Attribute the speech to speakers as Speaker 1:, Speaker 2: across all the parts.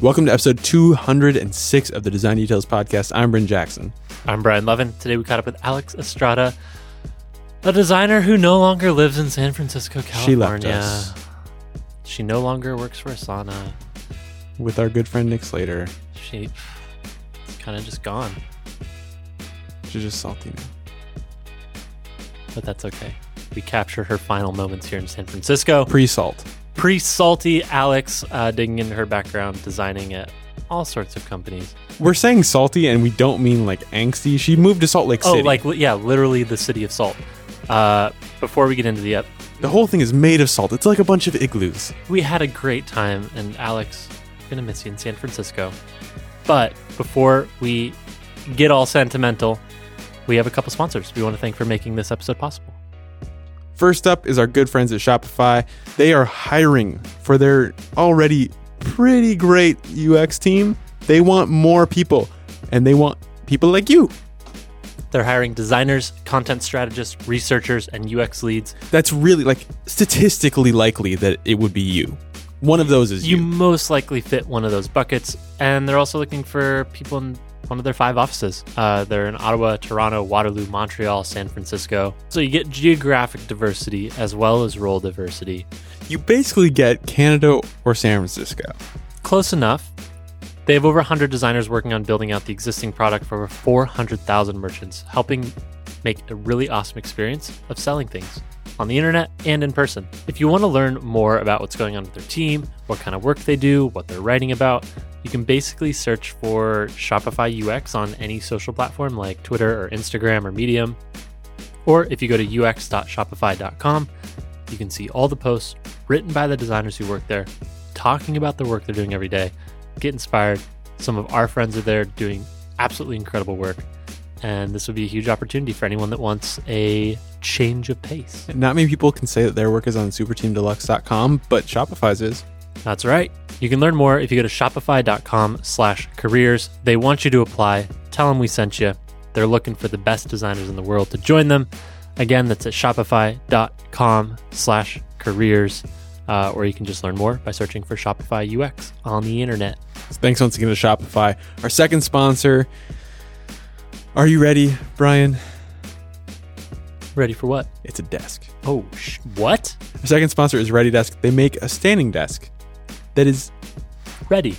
Speaker 1: Welcome to episode 206 of the Design Details Podcast. I'm Bryn Jackson.
Speaker 2: I'm Brian Levin. Today we caught up with Alex Estrada, a designer who no longer lives in San Francisco, California.
Speaker 1: She left us.
Speaker 2: She no longer works for Asana.
Speaker 1: With our good friend Nick Slater.
Speaker 2: She's kind of just gone,
Speaker 1: She's just salty now.
Speaker 2: but that's okay. We capture her final moments here in San Francisco.
Speaker 1: Pre salt.
Speaker 2: Pre salty Alex uh, digging into her background, designing at all sorts of companies.
Speaker 1: We're saying salty and we don't mean like angsty. She moved to Salt Lake
Speaker 2: Oh,
Speaker 1: City.
Speaker 2: like, li- yeah, literally the city of salt. Uh, before we get into the ep,
Speaker 1: the whole thing is made of salt. It's like a bunch of igloos.
Speaker 2: we had a great time and alex i'm gonna miss you in san francisco but before we get all sentimental we have a couple sponsors we want to thank for making this episode possible
Speaker 1: First up is our good friends at Shopify. They are hiring for their already pretty great UX team. They want more people and they want people like you.
Speaker 2: they're hiring designers content strategists researchers and ux leads
Speaker 1: That's really like statistically likely that it would be you. One of those is
Speaker 2: you
Speaker 1: you.
Speaker 2: most likely fit one of those buckets and they're also looking for people in one of their five offices uh, they're in ottawa toronto waterloo montreal san francisco so you get geographic diversity as well as role diversity
Speaker 1: You basically get Canada or San Francisco.
Speaker 2: close enough. They have over 100 designers working on building out the existing product for over 400,000 merchants, helping make a really awesome experience of selling things on the internet and in person. If you want to learn more about what's going on with their team, what kind of work they do, what they're writing about, you can basically search for Shopify UX on any social platform like Twitter or Instagram or Medium. Or if you go to ux.shopify.com, you can see all the posts written by the designers who work there, talking about the work they're doing every day. Get inspired. Some of our friends are there doing absolutely incredible work. And this would be a huge opportunity for anyone that wants a change of pace.
Speaker 1: Not many people can say that their work is on superteamdeluxe.com, but Shopify's is.
Speaker 2: That's right. You can learn more if you go to shopify.com slash careers. They want you to apply. Tell them we sent you. They're looking for the best designers in the world to join them. Again, that's at shopify.com slash careers. Uh, or you can just learn more by searching for Shopify UX on the internet.
Speaker 1: Thanks once again to Shopify. Our second sponsor. Are you ready, Brian?
Speaker 2: Ready for what?
Speaker 1: It's a desk.
Speaker 2: Oh, sh- what?
Speaker 1: Our second sponsor is Ready Desk. They make a standing desk that is
Speaker 2: Ready.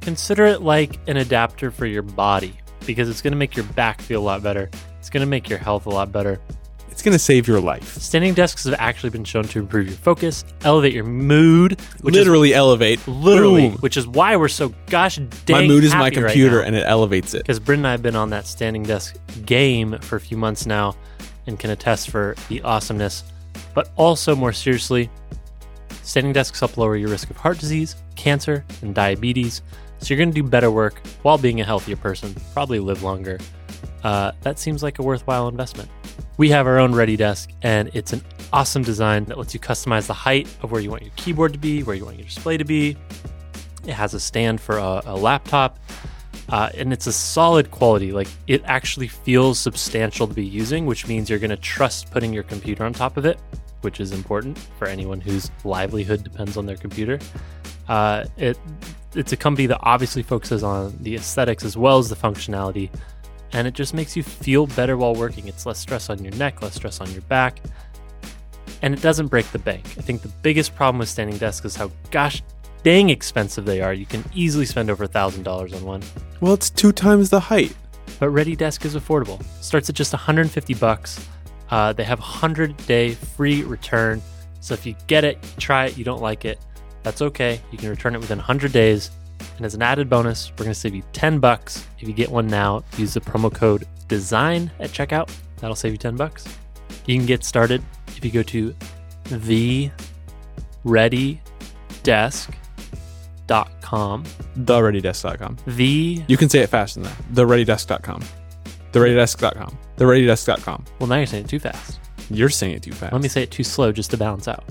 Speaker 2: Consider it like an adapter for your body because it's going to make your back feel a lot better. It's going to make your health a lot better.
Speaker 1: it's going to save your life.
Speaker 2: Standing desks have actually been shown to improve your focus, elevate your mood, which
Speaker 1: literally elevate.
Speaker 2: is literally,
Speaker 1: Boom.
Speaker 2: which is why we're so gosh dang.
Speaker 1: my mood is my computer and it elevates it.
Speaker 2: because Bryn and I have been on that standing desk game for a few months now, and can attest for the awesomeness. But also more seriously, standing desks help lower your risk of heart disease, cancer, and diabetes. So you're going to do better work while being a healthier person, probably live longer. Uh, that seems like a worthwhile investment. We have our own Ready Desk, and it's an awesome design that lets you customize the height of where you want your keyboard to be, where you want your display to be. It has a stand for a, a laptop, uh, and it's a solid quality. Like it actually feels substantial to be using, which means you're going to trust putting your computer on top of it, which is important for anyone whose livelihood depends on their computer. Uh, it it's a company that obviously focuses on the aesthetics as well as the functionality, and it just makes you feel better while working. It's less stress on your neck, less stress on your back, and it doesn't break the bank. I think the biggest problem with standing desks is how gosh dang expensive they are. You can easily spend over a thousand dollars on one
Speaker 1: Well, it's two times the height.
Speaker 2: but ReadyDesk is affordable. Starts at just 150 bucks. Uh, they have 100 day free return. So if you get it, you try it, you don't like it, that's okay. You can return it within 100 days. And as an added bonus, we're going to save you 10 bucks if you get one now. Use the promo code DESIGN at checkout. That'll save you 10 bucks. You can get started if you go to the readydesk.com.
Speaker 1: TheReadyDesk.com.
Speaker 2: The
Speaker 1: You can say it faster than that. TheReadyDesk.com. TheReadyDesk.com. TheReadyDesk.com.
Speaker 2: well now you're saying it too fast.
Speaker 1: You're saying it too fast.
Speaker 2: Let me say it too slow just to balance out.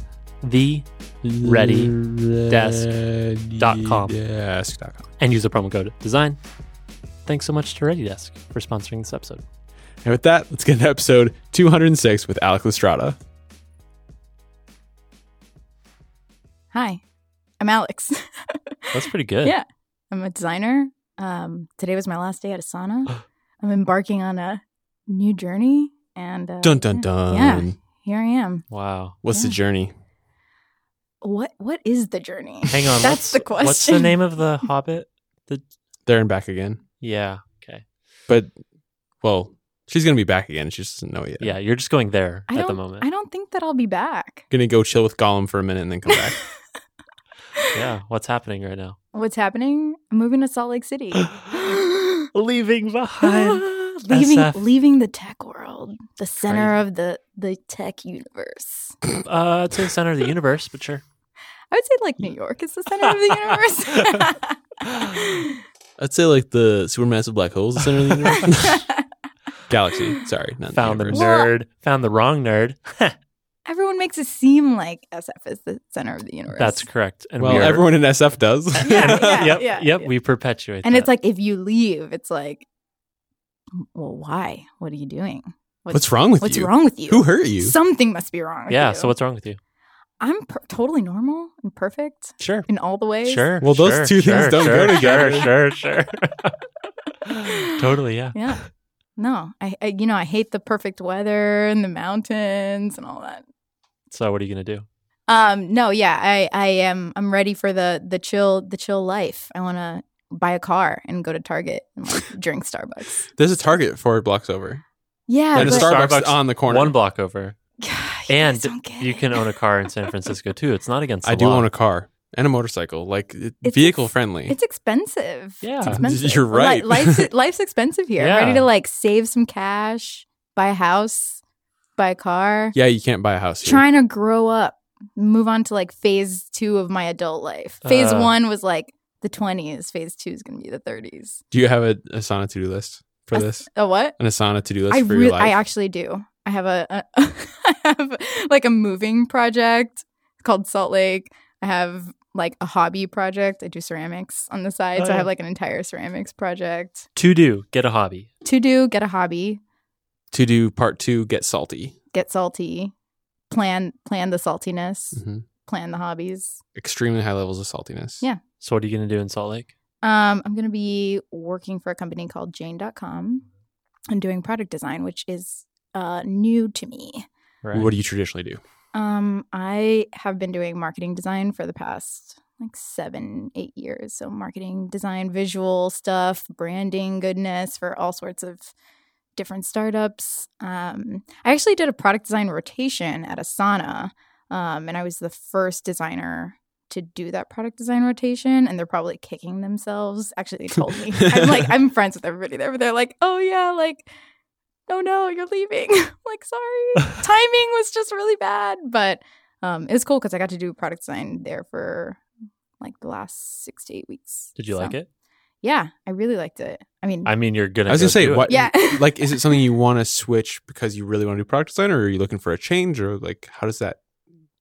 Speaker 2: The readydesk.com.
Speaker 1: Desk.com.
Speaker 2: and use the promo code design. Thanks so much to ReadyDesk for sponsoring this episode.
Speaker 1: And with that, let's get into episode 206 with Alec Lestrada.
Speaker 3: Hi, I'm Alex.
Speaker 2: That's pretty good.
Speaker 3: Yeah. I'm a designer. Um, today was my last day at Asana. I'm embarking on a new journey, and uh,
Speaker 1: Dun dun
Speaker 3: yeah.
Speaker 1: dun.
Speaker 3: Yeah. here I am.
Speaker 2: Wow.
Speaker 1: What's the
Speaker 3: Yeah.
Speaker 1: journey?
Speaker 3: What what is the journey?
Speaker 2: Hang on. what's-
Speaker 3: that's the question.
Speaker 2: What's the name of the Hobbit?
Speaker 1: There and back again.
Speaker 2: Yeah. Okay.
Speaker 1: But well, she's gonna be back again. She just doesn't know it yet.
Speaker 2: Yeah. You're just going there
Speaker 3: I
Speaker 2: at the
Speaker 3: don't-
Speaker 2: moment.
Speaker 3: I don't think that I'll be back.
Speaker 1: Gonna go chill with Gollum for a minute and then come back.
Speaker 2: yeah. What's happening right now?
Speaker 3: What's happening? I'm moving to Salt Lake City.
Speaker 2: Leaving
Speaker 3: leaving
Speaker 2: SF.
Speaker 3: leaving the tech world, the center of the the tech universe.
Speaker 2: Uh, it's in the center of the universe, but sure.
Speaker 3: I would say like New York is the center of the universe.
Speaker 1: I'd say like the supermassive black holes the center of the universe. Galaxy. Sorry, not
Speaker 2: Found the
Speaker 1: universe.
Speaker 3: Well-
Speaker 2: nerd. Found the wrong nerd.
Speaker 3: Everyone makes it seem like SF is the center of the universe.
Speaker 2: That's correct. And
Speaker 1: Well,
Speaker 2: we are-
Speaker 1: everyone in SF does.
Speaker 3: Yeah, yeah,
Speaker 2: yep,
Speaker 3: yeah,
Speaker 2: yep.
Speaker 3: yeah.
Speaker 2: We perpetuate.
Speaker 3: and
Speaker 2: that.
Speaker 3: it's like if you leave, it's like, well, why? What are you doing?
Speaker 1: What's wrong with
Speaker 3: What's
Speaker 1: you?
Speaker 3: wrong with you?
Speaker 1: Who hurt you?
Speaker 3: Something must be wrong. With
Speaker 2: yeah.
Speaker 3: you.
Speaker 2: So what's wrong with you?
Speaker 3: I'm per- totally normal and perfect
Speaker 2: Sure.
Speaker 3: in all the ways.
Speaker 2: Sure.
Speaker 1: Well, those
Speaker 2: sure,
Speaker 1: two things
Speaker 2: sure,
Speaker 1: don't go
Speaker 2: sure,
Speaker 1: together.
Speaker 2: Sure. Sure. Sure. totally. Yeah.
Speaker 3: Yeah. No, I, I you know I hate the perfect weather and the mountains and all that.
Speaker 2: So what are you gonna do?
Speaker 3: Um, no, yeah, I I am I'm ready for the the chill the chill life. I want to buy a car and go to Target and like, drink Starbucks.
Speaker 1: There's a Target four blocks over.
Speaker 3: Yeah,
Speaker 1: and a
Speaker 2: but-
Speaker 1: Starbucks,
Speaker 2: Starbucks
Speaker 1: on the corner.
Speaker 2: One block over.
Speaker 3: God, you
Speaker 2: And
Speaker 3: guys don't get
Speaker 2: You
Speaker 3: it.
Speaker 2: can own a car in San Francisco too. It's not against. The
Speaker 1: I do
Speaker 2: law.
Speaker 1: own a car and a motorcycle. Like it,
Speaker 3: It's-
Speaker 1: vehicle
Speaker 3: it's-
Speaker 1: friendly.
Speaker 3: It's expensive.
Speaker 2: Yeah.
Speaker 3: it's expensive.
Speaker 1: You're
Speaker 3: Li-
Speaker 1: right.
Speaker 3: life's life's expensive here.
Speaker 2: Yeah.
Speaker 3: I'm ready to like save some cash, buy a house, buy a car.
Speaker 1: yeah, you can't buy a house here.
Speaker 3: trying to grow up, move on to like phase two of my adult life. Phase
Speaker 2: Uh.
Speaker 3: one was like the twenties. Phase two is gonna be the thirties.
Speaker 1: do you have a Asana to do list for
Speaker 3: As-
Speaker 1: this?
Speaker 3: A what?
Speaker 1: An Asana to do list
Speaker 3: I
Speaker 1: for
Speaker 3: really,
Speaker 1: your life?
Speaker 3: I actually do. I have a, a I have like a moving project called Salt Lake. I have like a hobby project. I do ceramics on the side,
Speaker 2: Oh,
Speaker 3: so I have
Speaker 2: yeah.
Speaker 3: like an entire ceramics project.
Speaker 2: To do. Get a hobby.
Speaker 3: To do, get a hobby,
Speaker 1: to do part two, get salty.
Speaker 3: get salty, plan plan the saltiness,
Speaker 2: Mm-hmm.
Speaker 1: Mhm.
Speaker 3: plan the hobbies.
Speaker 1: Extremely high levels of saltiness.
Speaker 3: Yeah.
Speaker 2: So what are you gonna do in Salt Lake?
Speaker 3: Um, I'm going to be working for a company called Jane.com and doing product design, which is uh, new to me.
Speaker 2: Right.
Speaker 1: What do you traditionally do?
Speaker 3: Um, I have been doing marketing design for the past like seven, eight years. So, marketing design, visual stuff, branding goodness for all sorts of different startups. Um, I actually did a product design rotation at Asana, um, and I was the first designer to do that product design rotation and they're probably kicking themselves actually they told me i'm like i'm friends with everybody there but they're like oh yeah like oh no you're leaving I'm like sorry timing was just really bad, but um, it was cool because I got to do product design there for like the last six to eight weeks.
Speaker 2: Did you like it?
Speaker 3: Yeah, I really liked it. I mean,
Speaker 2: I mean, you're gonna.
Speaker 1: I was
Speaker 2: go
Speaker 1: gonna say
Speaker 2: do it.
Speaker 1: what
Speaker 3: Yeah.
Speaker 1: like is it something you want to switch because you really want to do product design or are you looking for a change or like how does that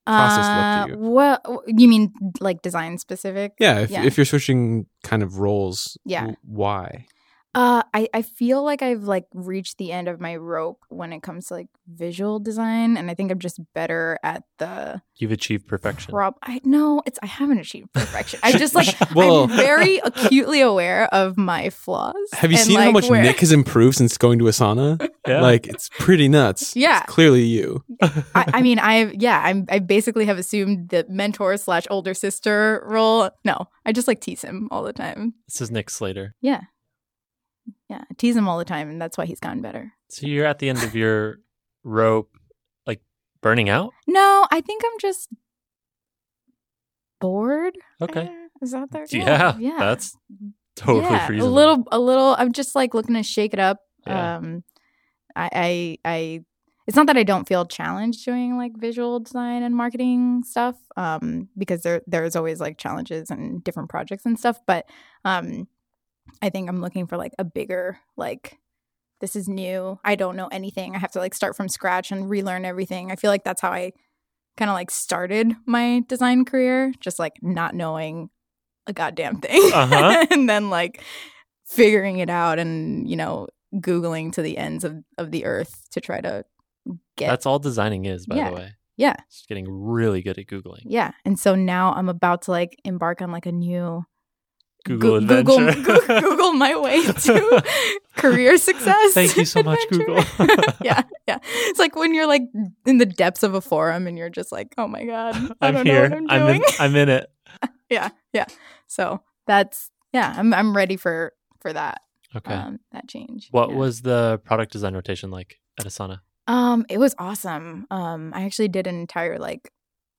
Speaker 1: process
Speaker 3: uh,
Speaker 1: looked to
Speaker 3: Well, you mean like design specific?
Speaker 1: yeah if,
Speaker 3: Yeah.
Speaker 1: if you're switching kind of roles
Speaker 3: Yeah.
Speaker 1: w- why
Speaker 3: Uh, I, I feel like I've like reached the end of my rope when it comes to like visual design, and I think I'm just better at the
Speaker 2: You've achieved perfection.
Speaker 3: prob. I no, it's I haven't achieved perfection. I just like
Speaker 1: Well-
Speaker 3: I'm very acutely aware of my flaws.
Speaker 1: have you
Speaker 3: and,
Speaker 1: seen how
Speaker 3: like,
Speaker 1: much
Speaker 3: where-
Speaker 1: nick has improved since going to asana
Speaker 2: Yeah.
Speaker 1: like it's pretty nuts
Speaker 3: Yeah.
Speaker 1: it's clearly you
Speaker 3: I, I mean, I yeah, I'm, I basically have assumed the mentor slash older sister role. No, I just like tease him all the time.
Speaker 2: this is Nick Slater.
Speaker 3: Yeah, I tease him all the time, and that's why he's gotten better.
Speaker 2: So you're at the end of your rope, like burning out.
Speaker 3: No, I think I'm just bored.
Speaker 2: Okay.
Speaker 3: Uh, Is that there?
Speaker 2: Yeah,
Speaker 3: yeah,
Speaker 2: that's totally
Speaker 3: yeah,
Speaker 2: reasonable.
Speaker 3: A little, a little. I'm just like looking to shake it up.
Speaker 2: Yeah.
Speaker 3: Um, I, I, I. It's not that I don't feel challenged doing like visual design and marketing stuff, um, because there there's always like challenges and different projects and stuff. But um, I think I'm looking for like a bigger like. This is new. I don't know anything. I have to like start from scratch and relearn everything. I feel like that's how I kind of like started my design career, just like not knowing a goddamn thing.
Speaker 2: Uh-huh.
Speaker 3: and then like figuring it out and, you know, Googling to the ends of, of the earth to try to get.
Speaker 2: That's all designing is, by
Speaker 3: Yeah.
Speaker 2: the way.
Speaker 3: Yeah.
Speaker 2: Just getting really good at Googling.
Speaker 3: yeah. And so now I'm about to like embark on like a new
Speaker 2: Google
Speaker 3: Goo- Google,
Speaker 2: adventure.
Speaker 3: Goo- Google my way to career success.
Speaker 2: Thank you so much,
Speaker 3: adventure.
Speaker 2: Google.
Speaker 3: yeah, yeah. It's like when you're like in the depths of a forum and you're just like, oh my god, I
Speaker 2: I'm
Speaker 3: don't
Speaker 2: here.
Speaker 3: know what I'm
Speaker 2: I'm
Speaker 3: doing.
Speaker 2: in. I'm in it.
Speaker 3: yeah, yeah. So that's yeah. I'm I'm ready for for that
Speaker 2: Okay.
Speaker 3: um, that change.
Speaker 2: what
Speaker 3: Yeah.
Speaker 2: was the product design rotation like at Asana?
Speaker 3: Um, it was awesome. Um, I actually did an entire like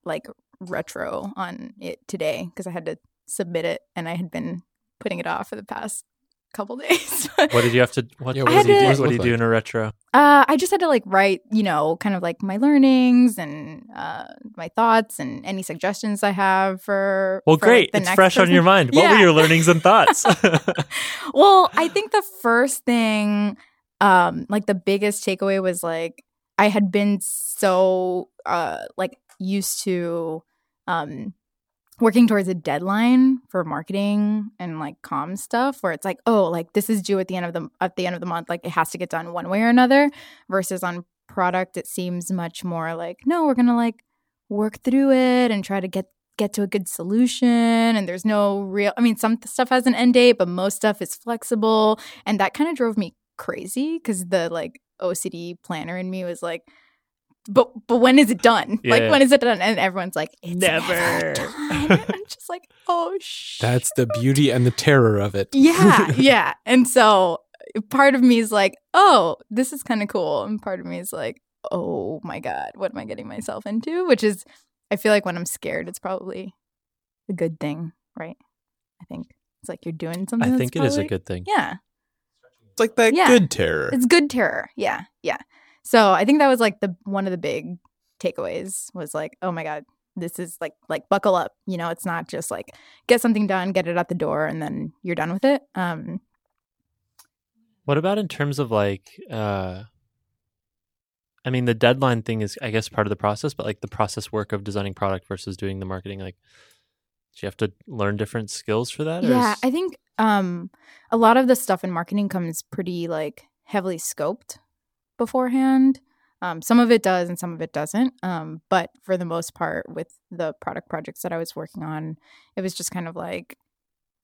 Speaker 3: like retro on it today because I had to submit it and I had been putting it off for the past couple days.
Speaker 2: What did you have to? What,
Speaker 1: Yeah,
Speaker 3: what
Speaker 2: what,
Speaker 3: did
Speaker 2: do you
Speaker 3: it
Speaker 2: do? what do you
Speaker 1: look
Speaker 2: do
Speaker 1: like?
Speaker 2: in a retro?
Speaker 3: Uh, I just had to like write, you know, kind of like my learnings and uh, my thoughts and any suggestions I have for.
Speaker 2: Well,
Speaker 3: for, like,
Speaker 2: great.
Speaker 3: the
Speaker 2: It's
Speaker 3: next
Speaker 2: fresh on
Speaker 3: person.
Speaker 2: your mind. What were
Speaker 3: Yeah.
Speaker 2: your learnings and thoughts?
Speaker 3: well, I think the first thing, um, like the biggest takeaway was like I had been so uh like used to um working towards a deadline for marketing and like comm stuff where it's like oh like this is due at the end of the at the end of the month like it has to get done one way or another versus on product it seems much more like no we're gonna like work through it and try to get get to a good solution and there's no real i mean some stuff has an end date but most stuff is flexible and that kind of drove me crazy because the like ocd planner in me was like but but when is it done like
Speaker 2: Yeah.
Speaker 3: when is it done and everyone's like it's never,
Speaker 2: Never.
Speaker 3: done. And i'm just like oh shit
Speaker 1: That's the beauty and the terror of it.
Speaker 3: yeah yeah and so part of me is like oh this is kind of cool and part of me is like oh my god what am i getting myself into which is i feel like when i'm scared it's probably a good thing right i think it's like you're doing something
Speaker 2: I
Speaker 3: that's
Speaker 2: think it is a
Speaker 3: probably-
Speaker 2: good thing.
Speaker 3: yeah
Speaker 1: It's like that
Speaker 3: Yeah.
Speaker 1: good terror.
Speaker 3: it's good terror yeah yeah so i think that was like the one of the big takeaways was like oh my god this is like like buckle up you know it's not just like get something done get it out the door and then you're done with it um
Speaker 2: What about in terms of like, uh, I mean, the deadline thing is, I guess, part of the process, but like the process work of designing product versus doing the marketing, like, do you have to learn different skills for that?
Speaker 3: Yeah,
Speaker 2: is-
Speaker 3: I think um a lot of the stuff in marketing comes pretty like heavily scoped beforehand. Um, some of it does and some of it doesn't. Um, but for the most part, with the product projects that I was working on, it was just kind of like,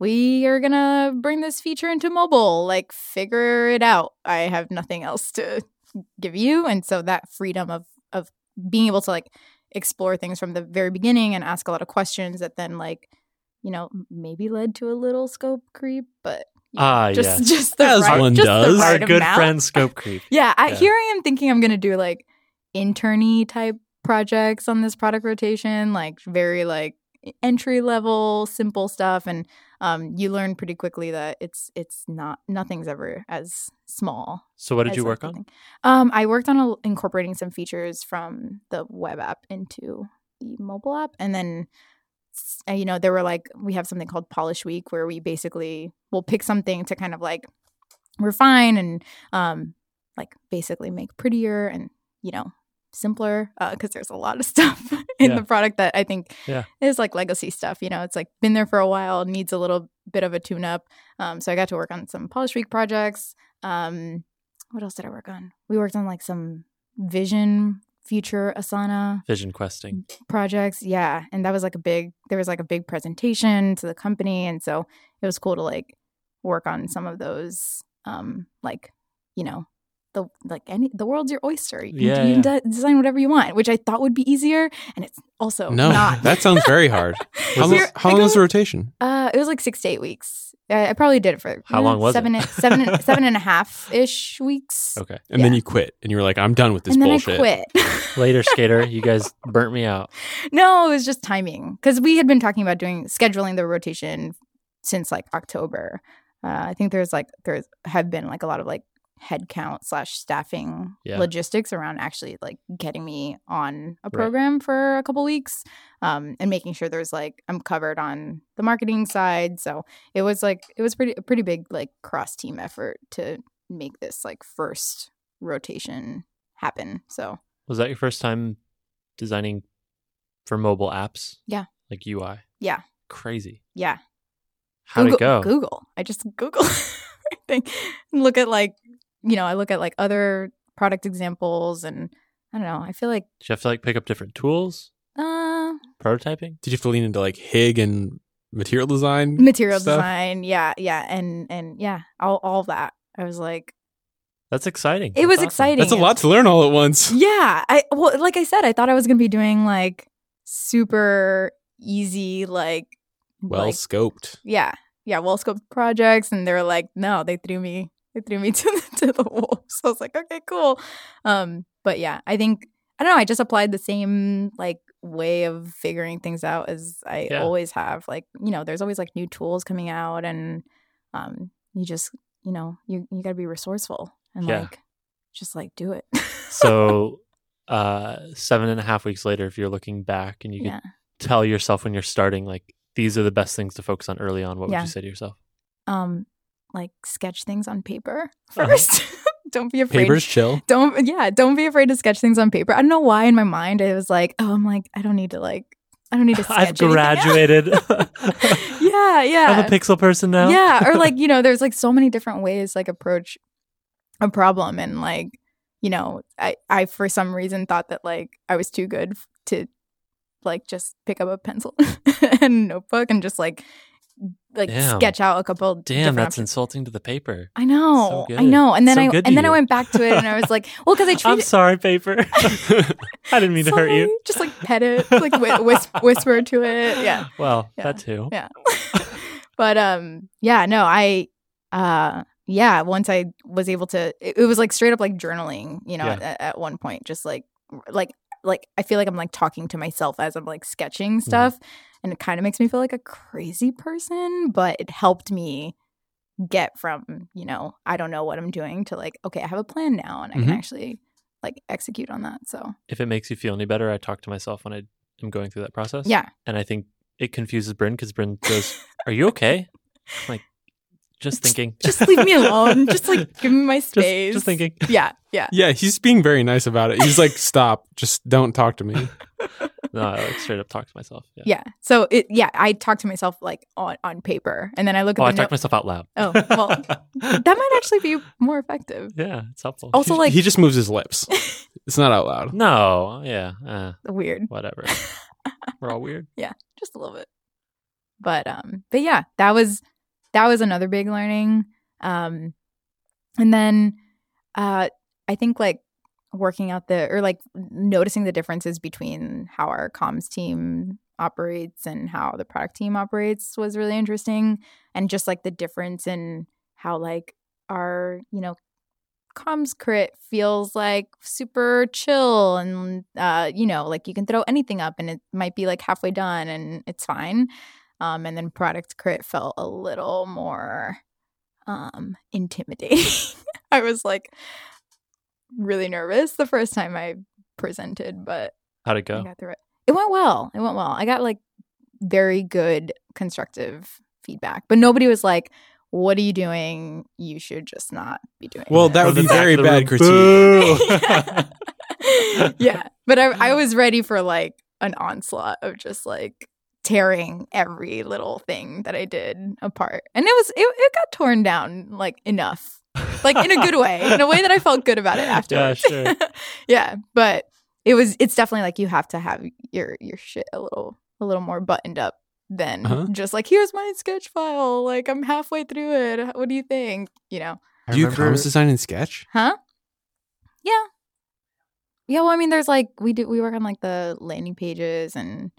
Speaker 3: we are gonna bring this feature into mobile. Like, figure it out. I have nothing else to give you, and so that freedom of of being able to like explore things from the very beginning and ask a lot of questions that then like you know maybe led to a little scope creep but you know,
Speaker 2: Ah,
Speaker 3: just
Speaker 2: yes.
Speaker 3: just the
Speaker 1: As
Speaker 3: right,
Speaker 1: one
Speaker 3: just the
Speaker 1: does.
Speaker 2: our
Speaker 3: right
Speaker 2: good
Speaker 3: amount.
Speaker 2: friend Scope Creep.
Speaker 3: Yeah, I,
Speaker 2: Yeah.
Speaker 3: here I am thinking I'm gonna do like interny type projects on this product rotation, like very like e, entry level, simple stuff, and um, you learn pretty quickly that it's it's not nothing's ever as small.
Speaker 2: So, what did
Speaker 3: as,
Speaker 2: you
Speaker 3: like,
Speaker 2: work
Speaker 3: the
Speaker 2: on?
Speaker 3: thing. Um, I worked on a, incorporating some features from the web app into the mobile app, and then s- uh, you know there were like we have something called Polish Week where we basically will pick something to kind of like refine and um, like basically make prettier and you know simpler because there's a lot of stuff in
Speaker 2: Yeah.
Speaker 3: the product that I think
Speaker 2: Yeah.
Speaker 3: is like legacy stuff. You know, it's like been there for a while, needs a little bit of a tune up. Um, so I got to work on some Polish Week projects. Um, what else did I work on? We worked on like some vision future Asana
Speaker 2: Vision questing.
Speaker 3: Mm, projects. Yeah. And that was like a big, there was like a big presentation to the company. And so it was cool to like work on some of those, um, like, you know, the like any the world's your oyster. You can,
Speaker 2: Yeah,
Speaker 3: you can de- design whatever you want, which I thought would be easier, and it's also
Speaker 1: no,
Speaker 3: not.
Speaker 1: that sounds very hard. How long,
Speaker 3: Here,
Speaker 1: how
Speaker 3: I
Speaker 1: long
Speaker 3: go-
Speaker 1: is the rotation?
Speaker 3: uh, it was like six to eight weeks. I, I probably did it for
Speaker 2: How long was it?
Speaker 3: seven, seven, seven and a half ish weeks,
Speaker 2: Okay.
Speaker 1: And then you quit, and you were like, "I'm done with this
Speaker 3: and then
Speaker 1: bullshit."
Speaker 3: I quit.
Speaker 2: Later, skater, you guys burnt me out.
Speaker 3: No, it was just timing because we had been talking about doing scheduling the rotation since like October. Uh, I think there's like there have been like a lot of like headcount slash staffing
Speaker 2: Yeah.
Speaker 3: logistics around actually like getting me on a
Speaker 2: Right.
Speaker 3: program for a couple weeks um, and making sure there's like I'm covered on the marketing side. So it was like it was pretty a pretty big like cross team effort to make this like first rotation happen. So
Speaker 2: Was that your first time designing for mobile apps?
Speaker 3: Yeah.
Speaker 2: Like UI?
Speaker 3: Yeah.
Speaker 2: Crazy.
Speaker 3: yeah,
Speaker 2: How'd
Speaker 3: Google,
Speaker 2: it go?
Speaker 3: Google. I just Google everything. And look at like, you know, I look at like other product examples and I don't know. I feel like,
Speaker 2: Did you have to like pick up different tools?
Speaker 3: uh,
Speaker 2: Prototyping?
Speaker 1: Did you have to lean into like Hig and material design.
Speaker 3: material
Speaker 1: stuff.
Speaker 3: design yeah yeah and and yeah all, all that i was like
Speaker 2: That's exciting.
Speaker 3: It
Speaker 2: That's
Speaker 3: was
Speaker 2: awesome.
Speaker 3: exciting.
Speaker 1: That's a lot to learn all at once.
Speaker 3: yeah i well like i said i thought i was gonna be doing like super easy like
Speaker 1: Well
Speaker 3: like,
Speaker 1: scoped.
Speaker 3: yeah yeah well scoped projects and they were like no they threw me they threw me to the, to the wolves i was like okay cool um but yeah i think i don't know i just applied the same like way of figuring things out as i
Speaker 2: Yeah.
Speaker 3: always have like you know there's always like new tools coming out and um you just you know you you got to be resourceful and
Speaker 2: Yeah.
Speaker 3: like just like do it
Speaker 2: so uh seven and a half weeks later if you're looking back and you can
Speaker 3: Yeah.
Speaker 2: tell yourself when you're starting like these are the best things to focus on early on what would
Speaker 3: Yeah.
Speaker 2: you say to yourself
Speaker 3: um like sketch things on paper
Speaker 2: Uh-huh.
Speaker 3: 1st do don't be afraid
Speaker 1: Papers chill.
Speaker 3: don't yeah don't be afraid to sketch things on paper i don't know why in my mind it was like oh i'm like i don't need to like i don't need to sketch
Speaker 2: i've
Speaker 3: anything out.
Speaker 2: graduated
Speaker 3: yeah
Speaker 2: i'm
Speaker 3: yeah
Speaker 2: a pixel person now
Speaker 3: yeah or like you know there's like so many different ways like approach a problem and like you know i i for some reason thought that like i was too good f- to like just pick up a pencil and notebook and just like like
Speaker 2: Damn.
Speaker 3: sketch out a couple
Speaker 2: damn
Speaker 3: different
Speaker 2: that's
Speaker 3: options.
Speaker 2: insulting to the paper
Speaker 3: I know, I
Speaker 2: good.
Speaker 3: know, and then
Speaker 2: So
Speaker 3: I
Speaker 2: good to
Speaker 3: and then I
Speaker 2: you.
Speaker 3: went back to it, and I was like, "Well, because I
Speaker 2: i'm
Speaker 3: treated
Speaker 2: sorry paper i didn't mean to hurt you
Speaker 3: Sorry. Just like pet it, like whi- whis- whisper to it. Yeah.
Speaker 2: well
Speaker 3: Yeah.
Speaker 2: that too
Speaker 3: Yeah. but um yeah, no, I uh yeah, once I was able to it, it was like straight up like journaling, you know,
Speaker 2: Yeah.
Speaker 3: at, at one point just like like like I feel like I'm like talking to myself as I'm like sketching
Speaker 2: Mm-hmm.
Speaker 3: stuff and it kind of makes me feel like a crazy person, but it helped me get from, you know, I don't know what I'm doing to like okay, I have a plan now and I
Speaker 2: Mm-hmm.
Speaker 1: Mhm.
Speaker 3: can actually like execute on that. So,
Speaker 2: if it makes you feel any better i talk to myself when i am going through that process
Speaker 3: yeah.
Speaker 2: and i think it confuses bryn because bryn goes are you okay I'm like just thinking
Speaker 3: just leave me alone. just like give me my
Speaker 2: just,
Speaker 3: space.
Speaker 2: just thinking
Speaker 3: Yeah, yeah.
Speaker 1: Yeah, he's being very nice about it. He's like, stop, just don't talk to me.
Speaker 2: no i like straight up talk to myself yeah,
Speaker 3: Yeah. So it yeah, I talk to myself like on, on paper and then I look
Speaker 2: oh
Speaker 3: at
Speaker 2: i
Speaker 3: the
Speaker 2: talk
Speaker 3: note-
Speaker 2: myself out loud
Speaker 3: Oh, well. that might actually be more effective.
Speaker 2: yeah it's helpful
Speaker 3: Also
Speaker 1: He-
Speaker 3: like
Speaker 1: he just moves his lips. It's not out loud.
Speaker 2: no yeah uh,
Speaker 3: weird.
Speaker 2: whatever we're all weird
Speaker 3: Just a little bit. But um but yeah, that was that was another big learning. Um and then uh I think like working out the or like noticing the differences between how our comms team operates and how the product team operates was really interesting and just like the difference in how like our you know comms crit feels like super chill and uh you know like you can throw anything up and it might be like halfway done and it's fine um and then product crit felt a little more um intimidating i was like really nervous the first time i presented but
Speaker 2: how'd it
Speaker 3: I
Speaker 2: go
Speaker 3: got through it. It went well. It went well. I got like very good constructive feedback, but nobody was like, "What are you doing? You should just not be doing."
Speaker 1: Well, that would
Speaker 2: From the
Speaker 1: be
Speaker 3: this."
Speaker 2: back
Speaker 1: very
Speaker 2: of the
Speaker 1: bad
Speaker 2: room,
Speaker 1: critique.
Speaker 2: "Boo!"
Speaker 3: yeah, but I, I was ready for like an onslaught of just like tearing every little thing that I did apart, and it was it, it got torn down like enough, like in a good way, in a way that I felt good about it
Speaker 2: yeah
Speaker 3: afterwards.
Speaker 2: sure
Speaker 3: yeah, but it was it's definitely like you have to have your your shit a little a little more buttoned up than
Speaker 1: Uh-huh.
Speaker 3: just like here's my sketch file, like I'm halfway through it. What do you think? You know.
Speaker 2: I
Speaker 1: Do you
Speaker 2: remember-
Speaker 1: comms design in Sketch?
Speaker 3: Huh? Yeah. Yeah, well, I mean, there's like we do we work on like the landing pages and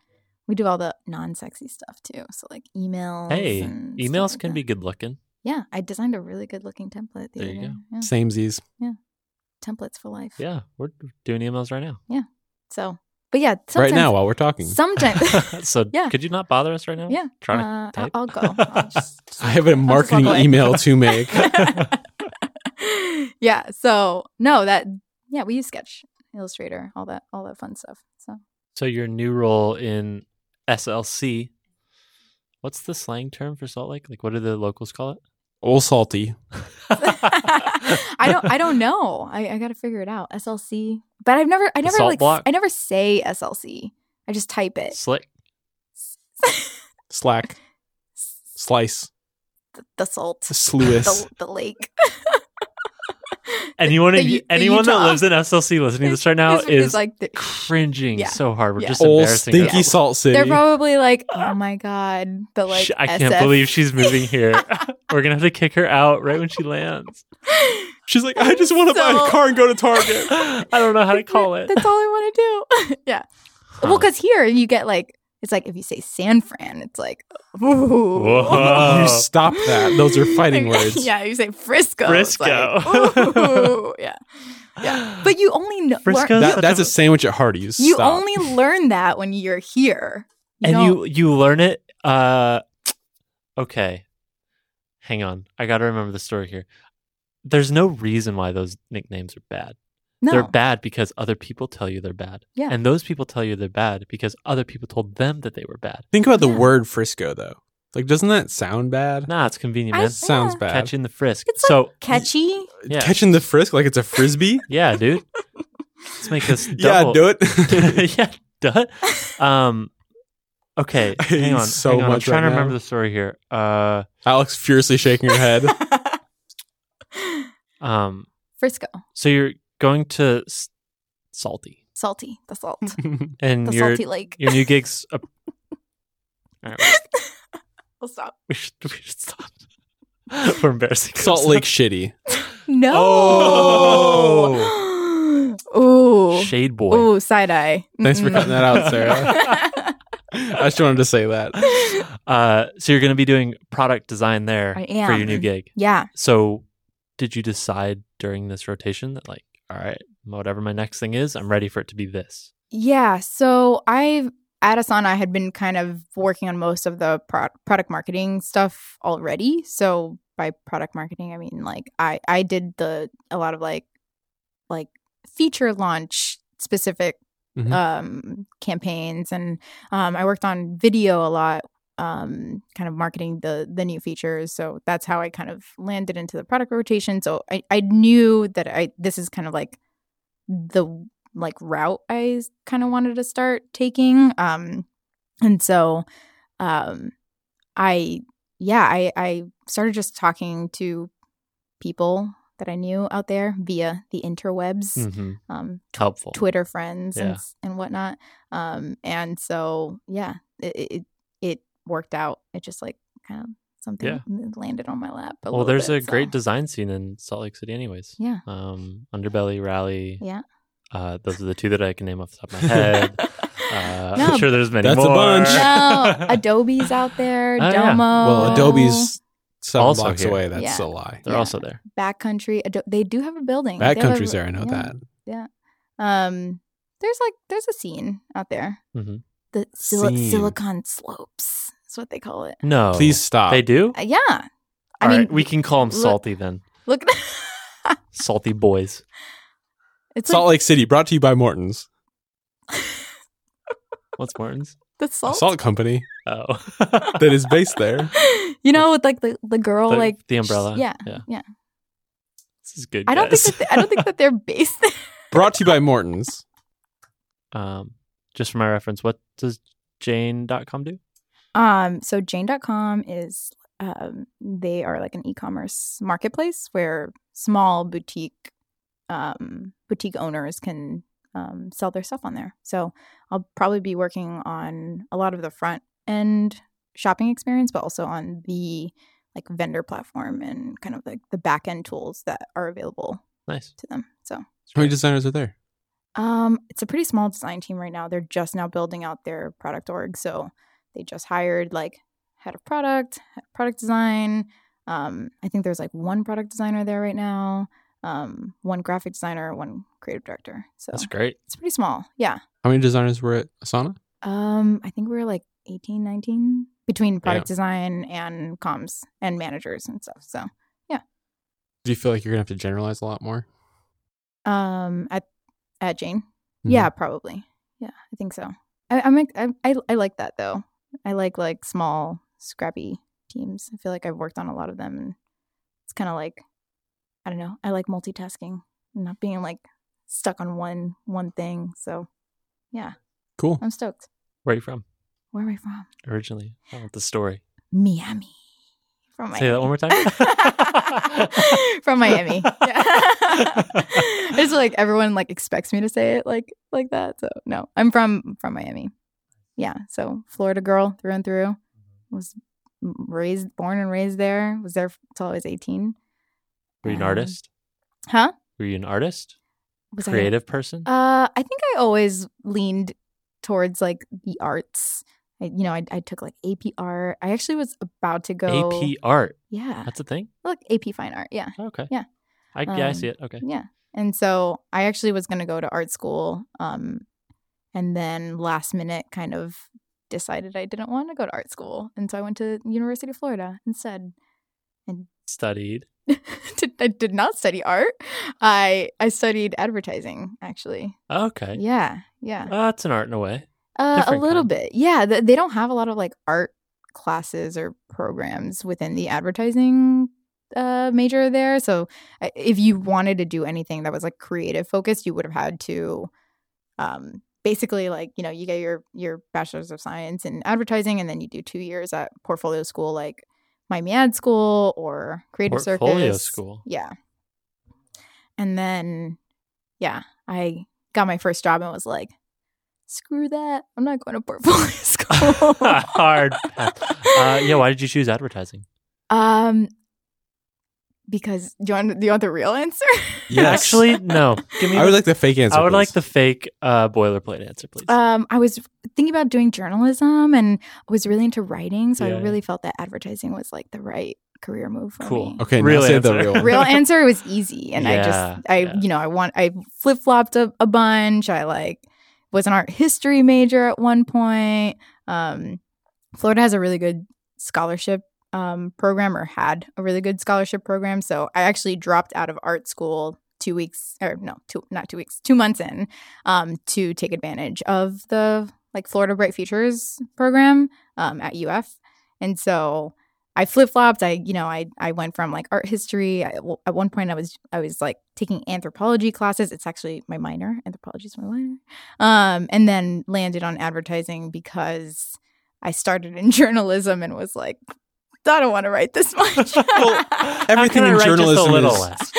Speaker 3: we do all the non-sexy stuff too. So like emails.
Speaker 2: hey
Speaker 3: and stuff
Speaker 2: emails
Speaker 3: like
Speaker 2: can
Speaker 3: that.
Speaker 2: be good looking
Speaker 3: Yeah, I designed a really good looking template. The
Speaker 2: There
Speaker 3: other
Speaker 2: you
Speaker 3: day.
Speaker 2: go.
Speaker 3: Yeah,
Speaker 1: Same Z's.
Speaker 3: templates for life.
Speaker 2: yeah we're doing emails right now
Speaker 3: So, but yeah,
Speaker 1: Right
Speaker 3: sometimes,
Speaker 1: now while we're talking.
Speaker 3: Sometimes.
Speaker 2: so
Speaker 3: Yeah.
Speaker 2: could you not bother us right now
Speaker 3: yeah.
Speaker 2: try to
Speaker 3: uh,
Speaker 2: type.
Speaker 3: I'll go. I'll just-
Speaker 1: I have a marketing
Speaker 3: away.
Speaker 1: email to make.
Speaker 3: yeah. So no, that yeah, we use Sketch, Illustrator, all that, all that fun stuff. So
Speaker 2: So your new role in SLC, what's the slang term for Salt Lake? Like, what do the locals call it?
Speaker 1: Old salty.
Speaker 3: I don't. I don't know. I, I got to figure it out. SLC, but I've never. I never
Speaker 2: Salt
Speaker 3: like.
Speaker 2: block.
Speaker 3: I never say SLC. I just type it.
Speaker 2: Slick.
Speaker 1: Slack. Slice.
Speaker 3: the salt.
Speaker 1: Sluice.
Speaker 3: The, the lake.
Speaker 2: anyone
Speaker 3: The
Speaker 2: in-
Speaker 3: U- the
Speaker 2: anyone that
Speaker 3: Utah.
Speaker 2: lives in SLC listening to this right now
Speaker 3: It's- it's
Speaker 2: is
Speaker 3: like the-
Speaker 2: cringing
Speaker 3: Yeah.
Speaker 2: so hard. We're
Speaker 3: Yeah.
Speaker 2: just
Speaker 1: Old
Speaker 2: embarrassing.
Speaker 1: stinky
Speaker 2: her.
Speaker 1: salt city.
Speaker 3: they're probably like, oh my god, the like
Speaker 2: Uh, Sh- I can't
Speaker 3: SF
Speaker 2: believe she's moving here. We're gonna have to kick her out right when she lands.
Speaker 1: She's like, I just want to buy a
Speaker 3: So-
Speaker 1: car and go to Target.
Speaker 2: I don't know how to call it.
Speaker 3: That's all I want to do. yeah. Well, because here you get like it's like if you say San Fran, it's like ooh.
Speaker 2: Whoa.
Speaker 1: You stop that. Those are fighting
Speaker 3: Like,
Speaker 1: words.
Speaker 3: yeah, you say Frisco. it's like,
Speaker 2: Frisco.
Speaker 3: ooh. yeah, yeah. But you only know
Speaker 2: Frisco's
Speaker 3: learn-
Speaker 1: That- that's a sandwich at Hardee's.
Speaker 3: you
Speaker 1: Stop.
Speaker 3: only learn that when you're here.
Speaker 2: and
Speaker 3: don't-
Speaker 2: you you learn it uh okay hang on i gotta remember the story here there's no reason why those nicknames are bad
Speaker 3: no.
Speaker 2: they're bad because other people tell you they're bad
Speaker 3: Yeah.
Speaker 2: and those people tell you they're bad because other people told them that they were bad
Speaker 1: think about the
Speaker 3: Yeah.
Speaker 1: word Frisco though. Like, doesn't that sound bad?
Speaker 2: nah it's convenient
Speaker 3: I-
Speaker 2: man
Speaker 1: Sounds
Speaker 3: yeah.
Speaker 1: bad.
Speaker 2: catching the frisk
Speaker 3: It's
Speaker 2: so
Speaker 3: catchy.
Speaker 2: yeah.
Speaker 1: Catching the frisk like it's a frisbee.
Speaker 2: yeah dude let's make this
Speaker 1: yeah,
Speaker 2: double.
Speaker 1: do it.
Speaker 2: yeah, duh. Um, okay,
Speaker 1: I hate
Speaker 2: hang
Speaker 1: you
Speaker 2: on.
Speaker 1: so
Speaker 2: hang on. I'm
Speaker 1: much
Speaker 2: trying
Speaker 1: right
Speaker 2: to remember
Speaker 1: now.
Speaker 2: the story here. Uh,
Speaker 1: Alex furiously shaking her head.
Speaker 2: um,
Speaker 3: Frisco,
Speaker 2: so you're going to s- Salty,
Speaker 3: salty, the salt,
Speaker 1: Mm-hmm.
Speaker 2: and
Speaker 3: the
Speaker 2: your
Speaker 3: salty lake.
Speaker 2: your new gigs. Up- All right,
Speaker 3: We'll stop.
Speaker 2: we should, we should stop. We're embarrassing.
Speaker 1: Salt Lake shitty.
Speaker 3: No.
Speaker 1: Oh.
Speaker 3: Ooh.
Speaker 2: Shade Boy.
Speaker 3: Ooh, side eye.
Speaker 1: Thanks for
Speaker 3: Mm-mm.
Speaker 1: cutting that out, Sarah. I just wanted to say that.
Speaker 2: Uh, so you're going to be doing product design there
Speaker 3: I
Speaker 2: for your new
Speaker 3: am.
Speaker 2: gig.
Speaker 3: yeah.
Speaker 2: So, did you decide during this rotation that like, all right, whatever my next thing is, I'm ready for it to be this?
Speaker 3: Yeah. So I've at Asana had been kind of working on most of the pro- product marketing stuff already. So by product marketing, I mean like I I did the a lot of like like feature launch specific
Speaker 1: Mhm.
Speaker 3: um campaigns and um I worked on video a lot um kind of marketing the the new features so that's how I kind of landed into the product rotation so I I knew that I this is kind of like the like route I kind of wanted to start taking. Um, and so, um, I yeah, I I started just talking to people that I knew out there via the interwebs,
Speaker 2: Mm-hmm.
Speaker 3: um,
Speaker 2: Helpful.
Speaker 3: Twitter friends and
Speaker 2: Yeah.
Speaker 3: s- and whatnot. Um, and so yeah, it it, it- it worked out. It just like kind of something
Speaker 2: Yeah.
Speaker 3: landed on my lap. A
Speaker 2: well,
Speaker 3: little
Speaker 2: there's
Speaker 3: bit,
Speaker 2: a great
Speaker 3: so.
Speaker 2: design scene in Salt Lake City, anyways.
Speaker 3: Yeah.
Speaker 2: Um, Underbelly Rally.
Speaker 3: Yeah.
Speaker 2: Uh, those are the two that I can name off the top of my head. Uh,
Speaker 3: No,
Speaker 2: I'm sure there's many
Speaker 1: That's a
Speaker 2: more.
Speaker 1: bunch.
Speaker 3: no, Adobe's out there.
Speaker 2: Oh, yeah.
Speaker 3: Domo.
Speaker 1: Well, Adobe's seven
Speaker 2: Also
Speaker 1: blocks
Speaker 2: here.
Speaker 1: away. That's
Speaker 3: Yeah.
Speaker 1: a lie.
Speaker 2: They're
Speaker 3: Yeah.
Speaker 2: also there.
Speaker 3: backcountry. Ado- they do have a building.
Speaker 1: Bad
Speaker 3: They have a-
Speaker 1: country's there. I know
Speaker 3: yeah.
Speaker 1: that.
Speaker 2: Oh,
Speaker 3: Um, there's like there's a scene out there.
Speaker 2: Mhm.
Speaker 3: The sil-
Speaker 1: Scene.
Speaker 3: Silicon Slopes. That's what they call it.
Speaker 2: No.
Speaker 1: Please stop.
Speaker 2: They do?
Speaker 3: Uh, yeah, I
Speaker 2: All
Speaker 3: mean
Speaker 2: right, we can call them
Speaker 3: look-
Speaker 2: Salty then.
Speaker 3: look.
Speaker 2: Salty Boys.
Speaker 3: it's
Speaker 1: Salt
Speaker 3: like
Speaker 1: Lake City, brought to you by Morton's
Speaker 2: What's Martin's?
Speaker 3: the
Speaker 1: a
Speaker 3: salt.
Speaker 1: salt company
Speaker 2: Oh.
Speaker 1: that is based there.
Speaker 3: you know, with like the, the girl,
Speaker 2: The-
Speaker 3: like
Speaker 2: the umbrella.
Speaker 3: yeah,
Speaker 2: Yeah.
Speaker 3: yeah.
Speaker 2: This is good.
Speaker 3: I don't
Speaker 2: guys.
Speaker 3: think that they, I don't think that they're based there.
Speaker 1: Brought to you by Morton's.
Speaker 2: Um, just for my reference, what does Jane.com do?
Speaker 3: Um, so Jane.com is um, they are like an e-commerce marketplace where small boutique um, boutique owners can um, sell their stuff on there. So I'll probably be working on a lot of the front end shopping experience, but also on the like vendor platform and kind of like the back end tools that are available
Speaker 2: Nice.
Speaker 3: to them. So
Speaker 1: How many designers are there?
Speaker 3: um, it's a pretty small design team right now. They're just now building out their product org, so they just hired like head of product, head of product design. Um, I think there's like one product designer there right now, um, one graphic designer, one creative director. So
Speaker 2: That's great.
Speaker 3: it's pretty small. Yeah.
Speaker 1: How many designers were at Asana?
Speaker 3: Um, I think we are like 18, 19 between product design and comms and managers and stuff. So
Speaker 1: Do you feel like you're gonna have to generalize a lot more?
Speaker 3: um at at jane
Speaker 1: Mhm.
Speaker 3: yeah probably yeah i think so I, i'm like- I, I i like that though i like like small scrappy teams i feel like i've worked on a lot of them and it's kind of like i don't know i like multitasking and not being like stuck on one one thing so
Speaker 1: Cool.
Speaker 3: i'm stoked
Speaker 2: Where are you from
Speaker 3: where am i from
Speaker 2: originally? I want the story.
Speaker 3: miami from miami
Speaker 2: Say that one more time.
Speaker 3: from Miami. Yeah. it's like everyone like expects me to say it like like that. So no, I'm from from Miami. Yeah, so Florida girl through and through. Was raised, born and raised there. Was there until I was 18.
Speaker 2: Were you an
Speaker 3: Um,
Speaker 2: artist?
Speaker 3: Huh?
Speaker 2: Were you an artist?
Speaker 3: Was I-
Speaker 2: Creative person?
Speaker 3: Uh, I think I always leaned towards like the arts. I, you know, I, I took like AP art. I actually was about to go
Speaker 2: AP art.
Speaker 3: Yeah,
Speaker 2: That's a thing?
Speaker 3: like AP fine art. Yeah,
Speaker 2: Okay.
Speaker 3: Yeah.
Speaker 2: I, yeah, I
Speaker 3: Um,
Speaker 2: see it. Okay.
Speaker 3: yeah. And so I actually was going to go to art school, um, and then last minute kind of decided I didn't want to go to art school, and so I went to University of Florida instead.
Speaker 2: Studied.
Speaker 3: Did- I did not study art. I I studied advertising actually.
Speaker 2: Okay.
Speaker 3: Yeah, yeah.
Speaker 2: Oh, that's an art in a way.
Speaker 3: Uh, a
Speaker 2: Different
Speaker 3: little
Speaker 2: kind.
Speaker 3: bit. Yeah, th- they don't have a lot of like art classes or programs within the advertising uh, major there. So uh, if you wanted to do anything that was like creative focused, you would have had to um, basically like you know you get your your bachelor's of science in advertising, and then you do two years at portfolio school, like Miami Ad School or Creative
Speaker 2: Portfolio
Speaker 3: Circus.
Speaker 2: school.
Speaker 3: Yeah. And then, yeah, I got my first job and was like, screw that. I'm not going to portfolio school.
Speaker 2: Hard path. Uh, yeah, why did you choose advertising?
Speaker 3: Um, because do you, want, do you want the real answer?
Speaker 1: Yes.
Speaker 2: Actually, no. Give me
Speaker 1: I would like the fake answer.
Speaker 2: I would like
Speaker 1: please.
Speaker 2: the fake uh, boilerplate answer, please.
Speaker 3: Um, I was thinking about doing journalism and was really into writing. So
Speaker 2: Yeah,
Speaker 3: I
Speaker 2: yeah.
Speaker 3: really felt that advertising was like the right career move for
Speaker 2: cool.
Speaker 3: me.
Speaker 1: Okay, now say the
Speaker 2: answer.
Speaker 1: real.
Speaker 3: real answer was easy and i
Speaker 2: Yeah,
Speaker 3: just i
Speaker 2: yeah.
Speaker 3: you know i want i flip-flopped a, a bunch i like was an art history major at one point um florida has a really good scholarship um program or had a really good scholarship program so i actually dropped out of art school two weeks or no two not two weeks two months in um to take advantage of the like florida bright futures program um at uf and so I flip flopped. I, you know, I I went from like art history. I, well, at one point, I was I was like taking anthropology classes. It's actually my minor. Anthropology is my minor. Um, and then landed on advertising because I started in journalism and was like, I don't want to write this
Speaker 2: Well,
Speaker 3: much. I
Speaker 2: How
Speaker 1: everything
Speaker 2: can I
Speaker 1: in
Speaker 2: write just
Speaker 1: journalism
Speaker 2: a little
Speaker 1: is-
Speaker 2: less?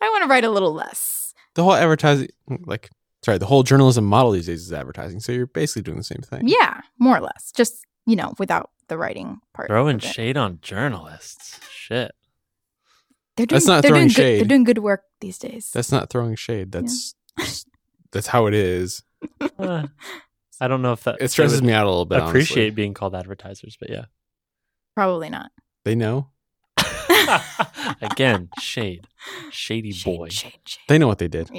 Speaker 3: want to write a little less.
Speaker 1: the whole advertising, like, sorry, the whole journalism model these days is advertising. So you're basically doing the same thing.
Speaker 3: Yeah, more or less. Just you know, without the writing part.
Speaker 2: Throwing
Speaker 3: of it.
Speaker 2: shade on journalists. Shit.
Speaker 3: They're doing,
Speaker 1: That's not
Speaker 3: they're
Speaker 1: throwing
Speaker 3: doing Good,
Speaker 1: shade.
Speaker 3: they're doing good work these days.
Speaker 1: That's not throwing shade. That's that's how it is.
Speaker 2: Uh, I don't know if that
Speaker 1: It stresses
Speaker 2: they
Speaker 1: me out a little
Speaker 2: would
Speaker 1: bit. honestly.
Speaker 2: Appreciate being called advertisers, but
Speaker 3: Probably not.
Speaker 1: They know.
Speaker 2: yeah. Again, shade, shady
Speaker 3: Shade,
Speaker 2: boy.
Speaker 3: shade, shade.
Speaker 1: They know what they did.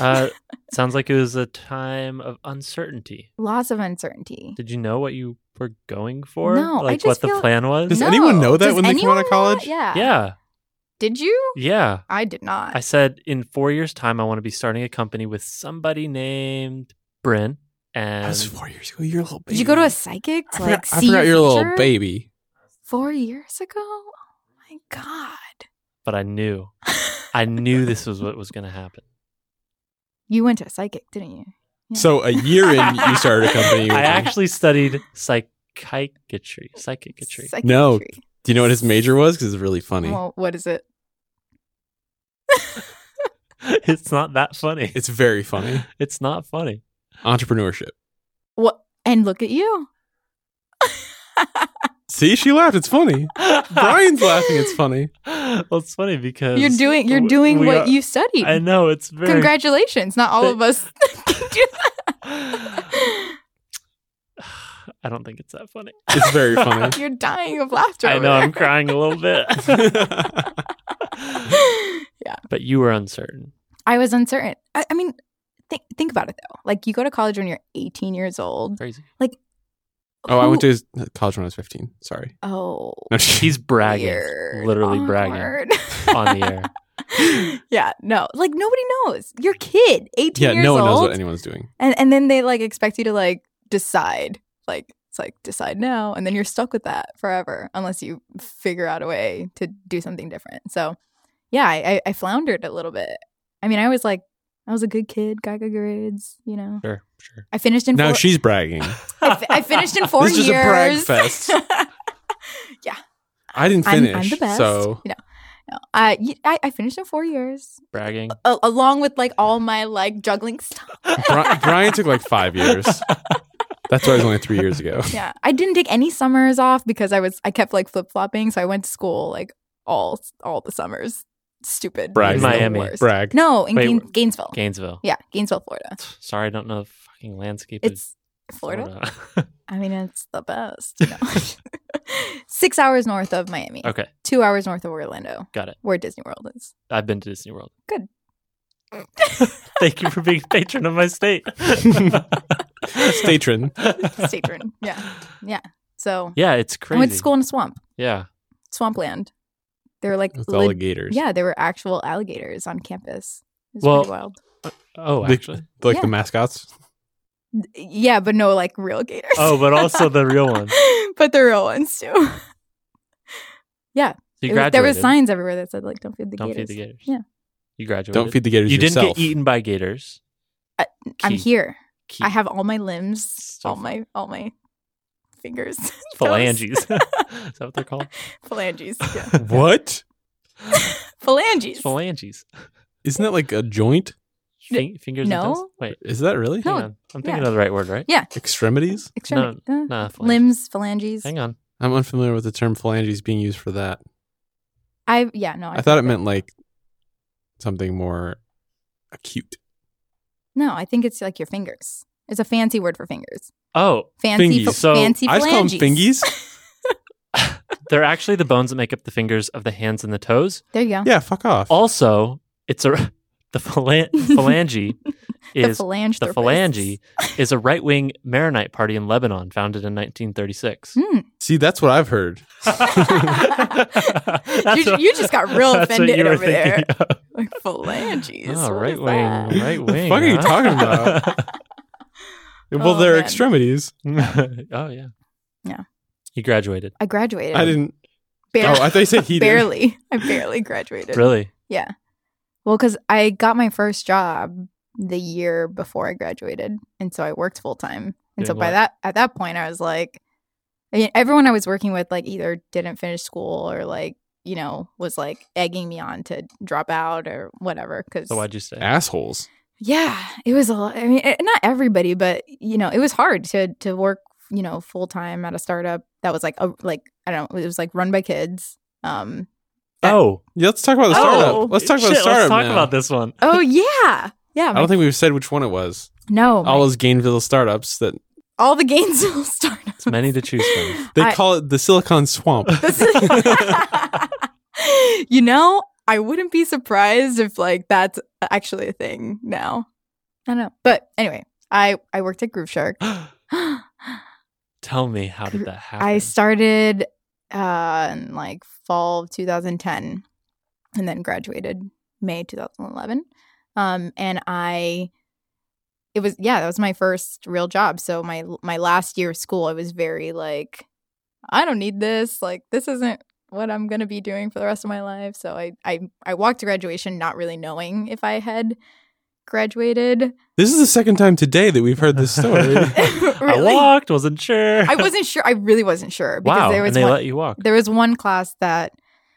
Speaker 2: Uh, sounds like it was a time of uncertainty.
Speaker 3: Lots of uncertainty.
Speaker 2: Did you know what you were going for?
Speaker 3: No, I
Speaker 2: like
Speaker 3: just
Speaker 2: what the
Speaker 3: feel-
Speaker 2: plan was.
Speaker 1: Does anyone know that
Speaker 3: Does
Speaker 1: when they come
Speaker 3: anyone
Speaker 1: out of
Speaker 3: know
Speaker 1: college?
Speaker 3: that? Yeah.
Speaker 2: yeah,
Speaker 3: Did you?
Speaker 2: yeah.
Speaker 3: I did not.
Speaker 2: I said in four years' time, I want to be starting a company with somebody named Bryn.
Speaker 1: That
Speaker 2: And
Speaker 1: was four years ago. You're a little baby.
Speaker 3: did you go to a psychic
Speaker 1: I
Speaker 3: to
Speaker 1: forgot,
Speaker 3: like
Speaker 1: I
Speaker 3: see
Speaker 1: forgot
Speaker 3: your
Speaker 1: you're a little
Speaker 3: future?
Speaker 1: baby.
Speaker 3: Four years ago. Oh my god.
Speaker 2: but I knew, I knew this was what was going to happen.
Speaker 3: You went to a psychic, didn't you? Yeah.
Speaker 1: So a year in, you started a company. With
Speaker 2: I
Speaker 1: them.
Speaker 2: actually studied psychiatry. Psychiatry.
Speaker 3: Psychic
Speaker 1: No. Do you know what his major was? Because it's really funny.
Speaker 3: Well, what is it?
Speaker 2: it's not that funny.
Speaker 1: It's very funny.
Speaker 2: It's not funny.
Speaker 1: Entrepreneurship.
Speaker 3: What? And look at you.
Speaker 1: See, she laughed. It's funny. Brian's laughing. It's funny.
Speaker 2: well, it's funny because
Speaker 3: You're doing. You're
Speaker 2: we-
Speaker 3: doing
Speaker 2: we
Speaker 3: what
Speaker 2: are-
Speaker 3: you studied.
Speaker 2: I know it's very.
Speaker 3: Congratulations. Not all of us. can do
Speaker 2: I
Speaker 3: that.
Speaker 2: don't think it's that funny.
Speaker 1: It's very funny.
Speaker 3: you're dying of laughter.
Speaker 2: I
Speaker 3: over
Speaker 2: know I'm
Speaker 3: there.
Speaker 2: crying a little bit,
Speaker 3: yeah.
Speaker 2: but you were uncertain.
Speaker 3: I was uncertain. I, I mean, think think about it though. Like you go to college when you're 18 years old.
Speaker 2: Crazy.
Speaker 1: oh, I
Speaker 3: Who-
Speaker 1: went to his college when I was 15. Sorry.
Speaker 3: Oh,
Speaker 1: No, she-
Speaker 2: He's bragging,
Speaker 3: weird,
Speaker 2: literally bragging
Speaker 3: awkward.
Speaker 2: on the air.
Speaker 3: yeah, no, like nobody knows. You're a kid, 18
Speaker 1: yeah,
Speaker 3: years
Speaker 1: no one
Speaker 3: old,
Speaker 1: knows what anyone's doing.
Speaker 3: and and then they like expect you to like decide. Like it's like decide now, and then you're stuck with that forever unless you figure out a way to do something different. So, yeah, I, I, I floundered a little bit. I mean, I was like, I was a good kid, got good grades, you know.
Speaker 2: Sure, sure.
Speaker 3: I finished in
Speaker 1: Now
Speaker 3: four-
Speaker 1: she's bragging.
Speaker 3: I, fi- I finished in four
Speaker 1: This is
Speaker 3: years.
Speaker 1: a brag fest.
Speaker 3: I'm-
Speaker 1: I didn't
Speaker 3: I'm,
Speaker 1: finish.
Speaker 3: the best.
Speaker 1: So
Speaker 3: You know, No, I, y- I I finished in four years,
Speaker 2: Bragging.
Speaker 3: a- along with like all my like juggling stuff.
Speaker 1: Bri- Brian took like five years. That's why it was only three years ago.
Speaker 3: Yeah, I didn't take any summers off because I was I kept like flip flopping, so I went to school like all all the summers. Stupid.
Speaker 1: Brag.
Speaker 3: It was the
Speaker 2: Miami.
Speaker 3: worst.
Speaker 1: Brag.
Speaker 3: No, in
Speaker 2: Wait,
Speaker 3: Gain-
Speaker 2: wh-
Speaker 3: Gainesville.
Speaker 2: Gainesville.
Speaker 3: yeah, Gainesville, Florida.
Speaker 2: Sorry, I don't know the fucking landscape. of
Speaker 3: It's Florida.
Speaker 2: Florida.
Speaker 3: I mean, it's the best. you know. Six hours north of Miami.
Speaker 2: okay,
Speaker 3: Two hours north of Orlando,
Speaker 2: got it.
Speaker 3: where Disney World is.
Speaker 2: I've been to Disney World.
Speaker 3: Good.
Speaker 2: Thank you for being patron of my state.
Speaker 1: Statron.
Speaker 3: Statron. Yeah. So
Speaker 2: Yeah, it's crazy.
Speaker 3: I went to school in a swamp,
Speaker 2: Yeah.
Speaker 3: swampland. They were like,
Speaker 1: With
Speaker 3: leg-
Speaker 1: alligators.
Speaker 3: yeah, there were actual alligators on campus. It was
Speaker 2: Well-
Speaker 3: pretty wild.
Speaker 2: Oh,
Speaker 1: The-
Speaker 2: actually.
Speaker 1: Like
Speaker 3: Yeah.
Speaker 1: the mascots.
Speaker 3: Yeah, but no like real gators.
Speaker 2: Oh, but also the real one. So
Speaker 3: but the real ones too.
Speaker 2: you
Speaker 3: It was- there were
Speaker 2: graduated.
Speaker 3: signs everywhere that said like, "Don't feed the
Speaker 2: Don't
Speaker 3: gators."
Speaker 2: feed the gators.
Speaker 3: Yeah.
Speaker 2: You graduated.
Speaker 1: Don't feed the gators
Speaker 2: You
Speaker 1: yourself.
Speaker 2: didn't get eaten by gators.
Speaker 3: I- I'm
Speaker 2: Key.
Speaker 3: here.
Speaker 2: Key.
Speaker 3: I have all my limbs,
Speaker 2: So
Speaker 3: all
Speaker 2: fun.
Speaker 3: my all my fingers,
Speaker 2: phalanges. Is that what they're called?
Speaker 3: phalanges, yeah.
Speaker 1: What?
Speaker 3: phalanges.
Speaker 2: Phalanges.
Speaker 1: Isn't that like a joint?
Speaker 2: Fin- fingers.
Speaker 3: no.
Speaker 2: And toes? Wait.
Speaker 1: Is that really?
Speaker 2: Hang
Speaker 3: No,
Speaker 2: on. I'm thinking
Speaker 3: yeah.
Speaker 2: of the right word, right?
Speaker 1: Extremities?
Speaker 3: Extremity- uh,
Speaker 2: Nah. Phalanges.
Speaker 3: limbs, phalanges.
Speaker 2: Hang on.
Speaker 1: I'm unfamiliar with the term phalanges being used for that.
Speaker 3: I yeah no.
Speaker 1: I thought it
Speaker 3: think
Speaker 1: meant like something more acute.
Speaker 3: that- no. I think it's like your fingers. It's a fancy word for fingers.
Speaker 2: Oh,
Speaker 3: Fancy,
Speaker 1: Fingies.
Speaker 3: ph-
Speaker 2: So,
Speaker 3: fancy
Speaker 1: I just call them
Speaker 3: phalanges.
Speaker 1: fingies.
Speaker 2: they're actually the bones that make up the fingers of the hands and the toes.
Speaker 3: There you go.
Speaker 1: Yeah, fuck off.
Speaker 2: Also, it's a the phalan- phalange
Speaker 3: The
Speaker 2: is
Speaker 3: phalange.
Speaker 2: the phalange is a right wing Maronite party in Lebanon founded in 1936.
Speaker 1: See, that's what I've heard.
Speaker 2: That's
Speaker 3: You- you just got real
Speaker 2: that's what
Speaker 3: offended
Speaker 2: you were
Speaker 3: over there.
Speaker 2: thinking of.
Speaker 3: Like phalanges.
Speaker 2: Oh,
Speaker 3: what
Speaker 2: right
Speaker 3: is that?
Speaker 2: wing, right
Speaker 1: What the
Speaker 2: wing.
Speaker 1: fuck are you talking Well,
Speaker 3: Oh,
Speaker 1: they're
Speaker 3: man.
Speaker 1: extremities.
Speaker 2: talking about? oh yeah,
Speaker 3: Yeah.
Speaker 2: He graduated.
Speaker 3: I graduated.
Speaker 1: I didn't.
Speaker 3: Barely.
Speaker 1: Oh, I thought you said he did.
Speaker 3: barely. I barely graduated.
Speaker 2: Really?
Speaker 3: Yeah. Well, because I got my first job the year before I graduated, and so I worked full time. And so
Speaker 2: Doing
Speaker 3: by
Speaker 2: what?
Speaker 3: that at that point, I was like, I mean, everyone I was working with like either didn't finish school or like you know was like egging me on to drop out or whatever. Because
Speaker 2: So why'd you say?
Speaker 1: Assholes.
Speaker 3: yeah, it was a lot. I mean, it, not everybody, but you know, it was hard to to work, you know, full time at a startup that was like a like I don't know, it was like run by kids. Um
Speaker 2: oh,
Speaker 1: Yeah, let's talk about the startup. Let's talk about the
Speaker 2: Shit,
Speaker 1: startup.
Speaker 2: Let's talk
Speaker 1: now.
Speaker 2: about this one.
Speaker 3: Oh yeah. Yeah.
Speaker 1: I don't think we've said which one it was.
Speaker 3: no. Oh my-
Speaker 1: All those Gainesville startups that
Speaker 3: all the Gainesville startups.
Speaker 2: It's many to choose from.
Speaker 1: they
Speaker 3: I-
Speaker 1: call it the Silicon Swamp.
Speaker 3: This- you know, I wouldn't be surprised if like that's actually a thing now. I don't know. But anyway, I I worked at Groove Shark.
Speaker 2: Tell me, how did that happen?
Speaker 3: I started uh, in like fall of 2010 and then graduated May 2011. Um, and I, it was, yeah, that was my first real job. So my, my last year of school, I was very like, I don't need this. Like, this isn't what I'm going to be doing for the rest of my life. So I, I, I walked to graduation not really knowing if I had graduated.
Speaker 1: this is the second time today that we've heard this story.
Speaker 2: I
Speaker 3: really?
Speaker 2: walked, wasn't sure.
Speaker 3: I wasn't sure. I really wasn't sure because
Speaker 2: wow,
Speaker 3: there
Speaker 2: and
Speaker 3: was
Speaker 2: they
Speaker 3: one,
Speaker 2: let you walk.
Speaker 3: There was one class that,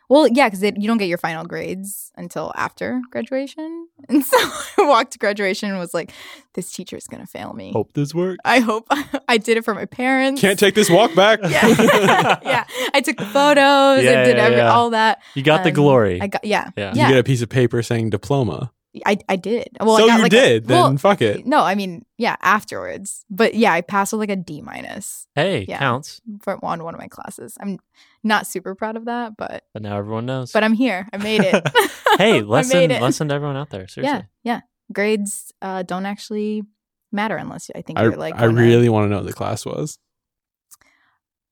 Speaker 3: well, yeah, because you don't get your final grades until after graduation. And so I walked to graduation and was like, this teacher's going to fail me.
Speaker 2: Hope this worked.
Speaker 3: I hope I did it for my parents.
Speaker 1: Can't take this walk back.
Speaker 3: yeah. yeah. I took the photos.
Speaker 2: Yeah,
Speaker 3: I did
Speaker 2: yeah,
Speaker 3: every,
Speaker 2: yeah.
Speaker 3: all that.
Speaker 2: You got the
Speaker 3: Um,
Speaker 2: glory.
Speaker 3: I got, yeah.
Speaker 2: yeah.
Speaker 1: You get a piece of paper saying diploma.
Speaker 3: I, I did. Well,
Speaker 1: so
Speaker 3: I got
Speaker 1: you
Speaker 3: like a-
Speaker 1: did. then
Speaker 3: well,
Speaker 1: fuck it.
Speaker 3: no, I mean, yeah, afterwards. But yeah, I passed with like a D minus
Speaker 2: Hey,
Speaker 3: Yeah.
Speaker 2: counts.
Speaker 3: for on one of my classes. I'm not super proud of that, but
Speaker 2: But now everyone knows.
Speaker 3: but I'm here. I made it.
Speaker 2: hey,
Speaker 3: I
Speaker 2: lesson
Speaker 3: made it.
Speaker 2: lesson to everyone out there. Seriously.
Speaker 3: Yeah, yeah. Grades uh, don't actually matter unless I think
Speaker 1: I,
Speaker 3: you're like.
Speaker 1: I
Speaker 3: on a-
Speaker 1: really want to know what the class was.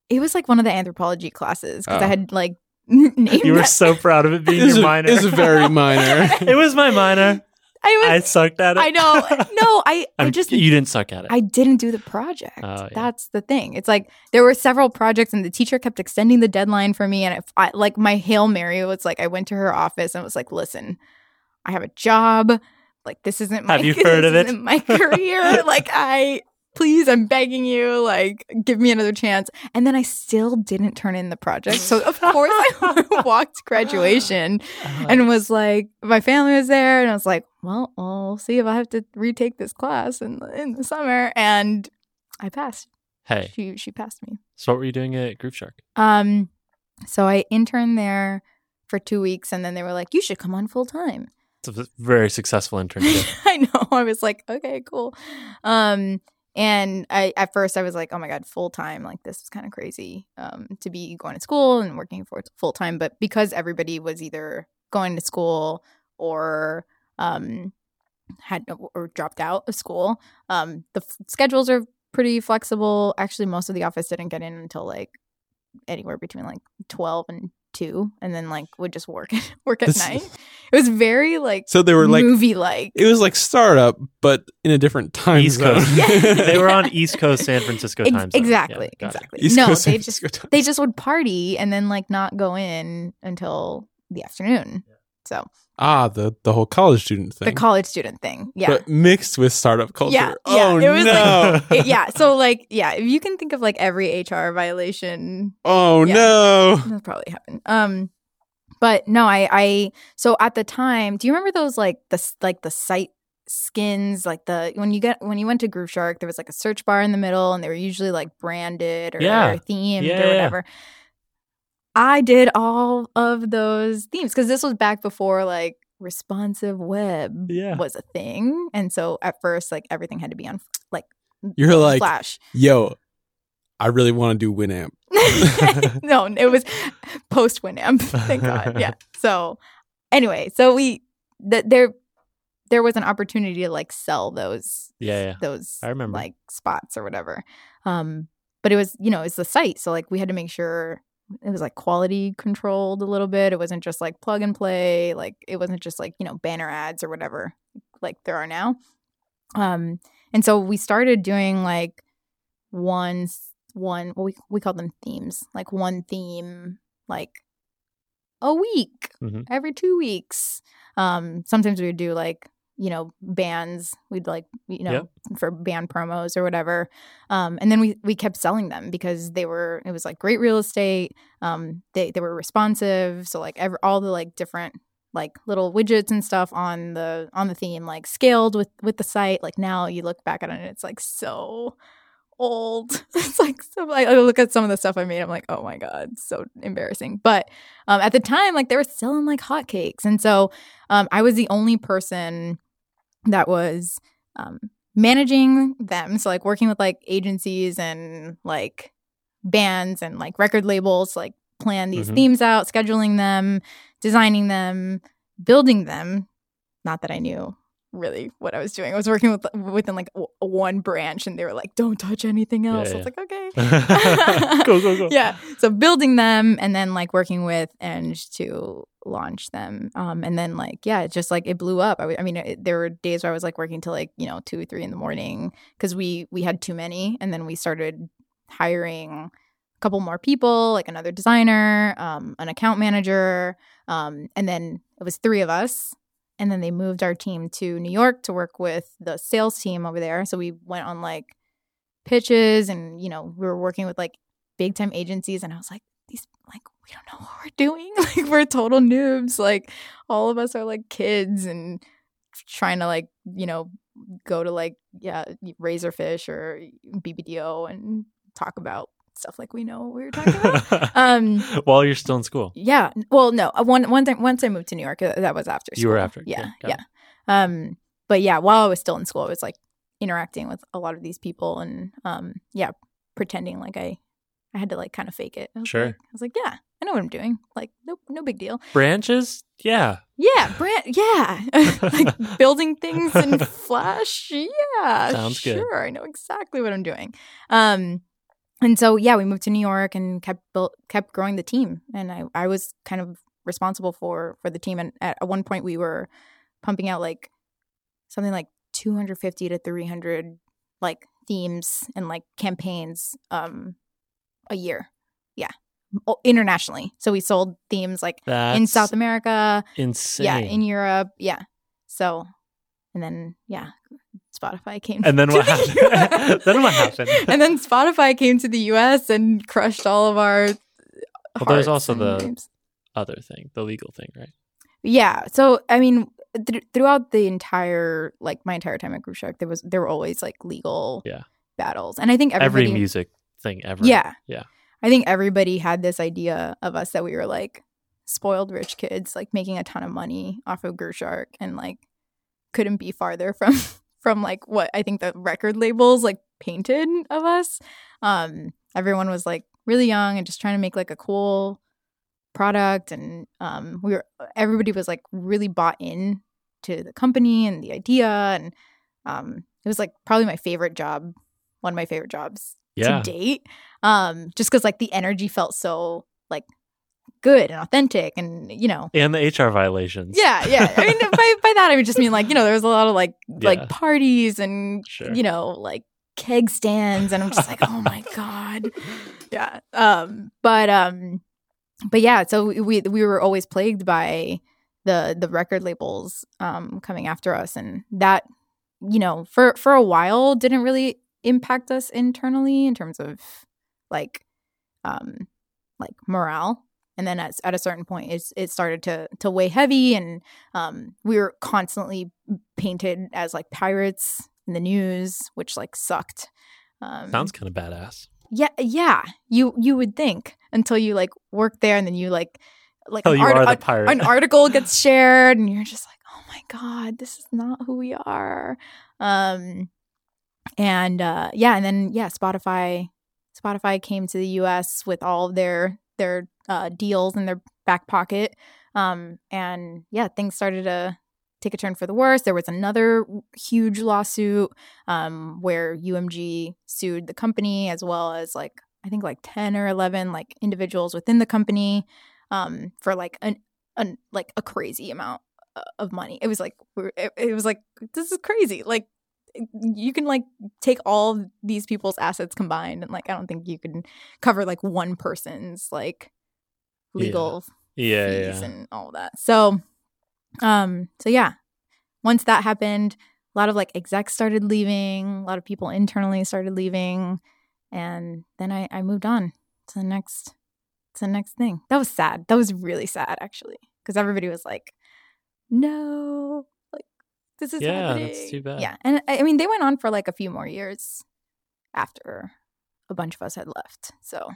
Speaker 3: It was like one of the anthropology classes because I
Speaker 1: Oh.
Speaker 3: had like named.
Speaker 2: You were
Speaker 3: that-
Speaker 2: so proud of it being
Speaker 1: It's
Speaker 2: your
Speaker 1: a-
Speaker 2: minor.
Speaker 1: it's a very minor.
Speaker 2: it was my minor.
Speaker 3: I
Speaker 2: I
Speaker 3: was.
Speaker 2: sucked at it.
Speaker 3: I, know. No, I. I
Speaker 2: I'm-
Speaker 3: just.
Speaker 2: you didn't suck at it.
Speaker 3: I didn't do the project.
Speaker 2: Oh, yeah.
Speaker 3: That's the thing. It's like there were several projects, and the teacher kept extending the deadline for me. And if I, like my hail mary was like, I went to her office and was like, "Listen, I have a job. Like this isn't my
Speaker 2: Have you heard
Speaker 3: this
Speaker 2: of it?"
Speaker 3: isn't My career. like I please, I'm begging you, like, give me another chance. And then I still didn't turn in the project. So, of course, I walked graduation and was like, my family was there, and I was like, well, I'll see if I have to retake this class in the, in the summer. And I passed.
Speaker 2: hey,
Speaker 3: She she passed me.
Speaker 2: so what were you doing at Groove Shark?
Speaker 3: Um, so I interned there for two weeks, and then they were like, you should come on full time.
Speaker 2: It's a v- very successful internship.
Speaker 3: I know. I was like, okay, cool. Um, and I at first I was like, oh my god, full time. Like this is kind of crazy um, to be going to school and working for full time. But because everybody was either going to school or um, had or dropped out of school, um, the f- schedules are pretty flexible. Actually, most of the office didn't get in until like anywhere between like twelve and two, and then like would just work work at
Speaker 1: This-
Speaker 3: night. It was very like
Speaker 1: So they were like,
Speaker 3: movie like.
Speaker 1: it was like startup, but in a different time
Speaker 2: East
Speaker 1: zone.
Speaker 2: Coast. they were on East Coast San Francisco
Speaker 3: Ex-
Speaker 2: time zone. Yeah,
Speaker 3: exactly,
Speaker 2: got it.
Speaker 3: exactly.
Speaker 1: East
Speaker 3: no,
Speaker 1: Coast,
Speaker 3: they
Speaker 1: San
Speaker 3: just
Speaker 1: Francisco time.
Speaker 3: they just would party and then like not go in until the afternoon. So
Speaker 1: ah, the the whole college student thing,
Speaker 3: the college student thing, yeah.
Speaker 1: but mixed with startup culture.
Speaker 3: Yeah, yeah,
Speaker 1: oh
Speaker 3: it was
Speaker 1: no!
Speaker 3: It- yeah, so like, yeah, if you can think of like every HR violation
Speaker 1: oh
Speaker 3: Yeah.
Speaker 1: no!
Speaker 3: that probably happened. Um, but no, I, I, so at the time, do you remember those like the s- like the site skins, like the when you get when you went to Groove Shark, there was like a search bar in the middle, and they were usually like branded or,
Speaker 2: Yeah. Yeah,
Speaker 3: themed
Speaker 2: yeah,
Speaker 3: or
Speaker 2: yeah.
Speaker 3: whatever. I did all of those themes because this was back before like responsive web
Speaker 2: Yeah.
Speaker 3: was a thing, and so at first like everything had to be on like
Speaker 1: You're like,
Speaker 3: Flash.
Speaker 1: yo, I really want to do Winamp.
Speaker 3: no, it was post Winamp. Thank God. Yeah. So anyway, so we that there there was an opportunity to like sell those
Speaker 2: Yeah, yeah.
Speaker 3: those
Speaker 2: I remember.
Speaker 3: like spots or whatever. Um but it was, you know, it's the site. So like we had to make sure it was like quality controlled a little bit. It wasn't just like plug and play, like it wasn't just like, you know, banner ads or whatever like there are now. Um and so we started doing like one s- one well, we we called them themes, like one theme like a week,
Speaker 2: Mhm.
Speaker 3: every two weeks. Um sometimes we would do like, you know, bands. We'd like, you know,
Speaker 2: Yeah.
Speaker 3: for band promos or whatever. Um, and then we we kept selling them because they were it was like great real estate. Um, they they were responsive, so like every, all the like different like little widgets and stuff on the on the theme like scaled with with the site. Like now you look back at it and it's like so old. it's like so I I look at some of the stuff I made. I'm like, oh my god, it's so embarrassing. But um, at the time, like they were selling like hotcakes, and so um, I was the only person that was um, managing them so like working with like agencies and like bands and like record labels like plan these
Speaker 2: Mhm.
Speaker 3: themes out scheduling them designing them building them not that i knew really what i was doing i was working with within like w- one branch and they were like don't touch anything
Speaker 2: Yeah,
Speaker 3: else
Speaker 2: yeah.
Speaker 3: i was like okay
Speaker 2: go, go, go.
Speaker 3: yeah so building them and then like working with Eng to launch them um and then like yeah it just like it blew up i, w- I mean it, there were days where i was like working till like you know two three in the morning because we we had too many and then we started hiring a couple more people like another designer um an account manager um and then it was three of us and then they moved our team to new york to work with the sales team over there so we went on like pitches and you know we were working with like big time agencies and I was like these like we don't know what we're doing like we're total noobs like all of us are like kids and trying to like you know go to like yeah razorfish or BBDO and talk about stuff like we know what we were talking about um
Speaker 2: While you're still in school.
Speaker 3: yeah. Well, no. uh, One one thing. Once I moved to New York, uh, that was after. School.
Speaker 2: You were after,
Speaker 3: Yeah.
Speaker 2: yeah,
Speaker 3: Yeah.
Speaker 2: got
Speaker 3: Um. But yeah, while I was still in school, I was like interacting with a lot of these people, and um, yeah, pretending like I, I had to like kind of fake it. I was
Speaker 2: Sure.
Speaker 3: like- I was like, yeah, I know what I'm doing. Like, nope, no big deal.
Speaker 2: Branches? Yeah.
Speaker 3: Yeah, brand. Yeah, like building things in Flash. Yeah,
Speaker 2: Sounds good.
Speaker 3: Sure, I know exactly what I'm doing. Um, and so yeah, we moved to New York and kept built, kept growing the team, and I I was kind of responsible for for the team. And at one point, we were pumping out like something like 250 to 300 like themes and like campaigns um a year. Yeah, O- internationally. So we sold themes like
Speaker 2: That's
Speaker 3: in South America
Speaker 2: insane.
Speaker 3: yeah in europe yeah so and then yeah Spotify came.
Speaker 2: And then
Speaker 3: to
Speaker 2: what
Speaker 3: the
Speaker 2: happened?
Speaker 3: US.
Speaker 2: Then what happened?
Speaker 3: and then Spotify came to the U.S. and crushed all of our.
Speaker 2: Well, there's
Speaker 3: hearts
Speaker 2: also
Speaker 3: and
Speaker 2: the-
Speaker 3: dreams.
Speaker 2: Other thing, the legal thing, right?
Speaker 3: Yeah. So I mean, th- throughout the entire like my entire time at Groove Shark, there was there were always like legal
Speaker 2: Yeah.
Speaker 3: battles, and I think
Speaker 2: Every
Speaker 3: everybody,
Speaker 2: music thing ever.
Speaker 3: yeah,
Speaker 2: Yeah.
Speaker 3: I think everybody had this idea of us that we were like spoiled rich kids, like making a ton of money off of Groove Shark, and like couldn't be farther from from like what I think the record labels like painted of us. Um, everyone was like really young and just trying to make like a cool product and um we were everybody was like really bought in to the company and the idea and um it was like probably my favorite job one of my favorite jobs
Speaker 2: Yeah.
Speaker 3: to date um just because like the energy felt so like good and authentic and you know
Speaker 2: And the HR violations.
Speaker 3: yeah yeah i mean by, by that i would just mean like you know there was a lot of like
Speaker 2: Yeah.
Speaker 3: like parties and
Speaker 2: Sure.
Speaker 3: you know like keg stands and i'm just like oh my god yeah um but um but yeah so we we- we were always plagued by the the record labels um coming after us and that you know for for a while didn't really impact us internally in terms of like um like morale and then at, at a certain point it's it started to to weigh heavy and um we were constantly painted as like pirates in the news which like sucked um
Speaker 2: Sounds kind of badass.
Speaker 3: yeah, yeah. You you would think until you like work there, and then you like like
Speaker 2: Oh,
Speaker 3: an,
Speaker 2: you
Speaker 3: art-
Speaker 2: are the
Speaker 3: an-
Speaker 2: pirate.
Speaker 3: an article gets shared, and you're just like, oh my god, this is not who we are. Um, and uh, yeah, and then yeah, Spotify Spotify came to the U.S. with all of their their uh, deals in their back pocket, um, and yeah, things started to take a turn for the worse. There was another huge lawsuit um, where UMG sued the company as well as like I think like ten or eleven like individuals within the company um, for like an, an like a crazy amount uh, of money. It was like we're- it, it was like this is crazy. Like you can like take all these people's assets combined and like I don't think you can cover like one person's like
Speaker 2: Yeah.
Speaker 3: legal
Speaker 2: Yeah, yeah,
Speaker 3: fees
Speaker 2: yeah.
Speaker 3: and all that. So, um, so yeah, once that happened, a lot of like execs started leaving, a lot of people internally started leaving, and then I, I moved on to the next to the next thing. That was sad. That was really sad actually, because everybody was like, "No, like this is
Speaker 2: Yeah,
Speaker 3: happening."
Speaker 2: that's too bad.
Speaker 3: Yeah, and I I mean they went on for like a few more years after a bunch of us had left. So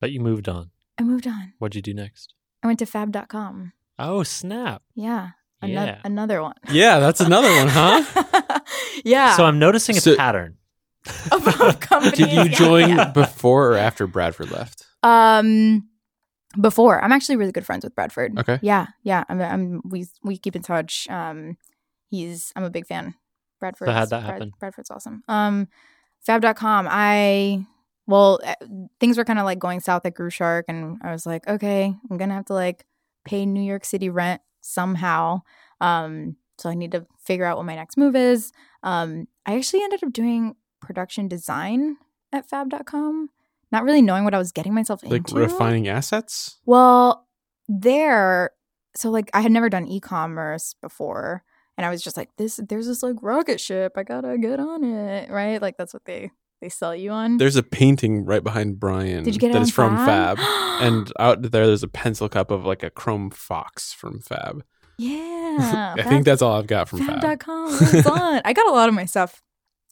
Speaker 2: But you moved on.
Speaker 3: I moved on.
Speaker 2: What'd you do next?
Speaker 3: I went to fab.com.
Speaker 2: Oh, snap.
Speaker 3: Yeah. Ano-
Speaker 2: Yeah.
Speaker 3: Another one.
Speaker 1: Yeah, that's another one, huh?
Speaker 3: yeah.
Speaker 2: So I'm noticing a
Speaker 1: So-
Speaker 2: pattern.
Speaker 3: Of- of companies,
Speaker 1: Did you
Speaker 3: yeah,
Speaker 1: join
Speaker 3: yeah.
Speaker 1: before or after Bradford left?
Speaker 3: um before. I'm actually really good friends with Bradford.
Speaker 1: Okay.
Speaker 3: Yeah. Yeah. I'm, I'm we we keep in touch. Um he's I'm a big fan. Bradford.
Speaker 2: how'd that happen?
Speaker 3: Bradford's awesome. Um fab.com. I well eh, things were kind of like going south at Groove Shark and I was like, okay, I'm going to have to like pay New York City rent somehow. Um so I need to figure out what my next move is. Um I actually ended up doing production design at fab.com, not really knowing what I was getting myself
Speaker 1: Like
Speaker 3: into.
Speaker 1: refining assets?
Speaker 3: Well, there, so like I had never done e-commerce before, and I was just like, this, there's this like rocket ship, I gotta get on it, right? Like that's what they they sell you on.
Speaker 1: There's a painting right behind Brian
Speaker 3: Did you get it
Speaker 1: that
Speaker 3: on
Speaker 1: is from
Speaker 3: Fab?
Speaker 1: Fab. and out there, there's a pencil cup of like a chrome fox from Fab.
Speaker 3: yeah,
Speaker 1: I think that's all I've got from Fab.
Speaker 3: fab.com. Well done. I got a lot of my stuff,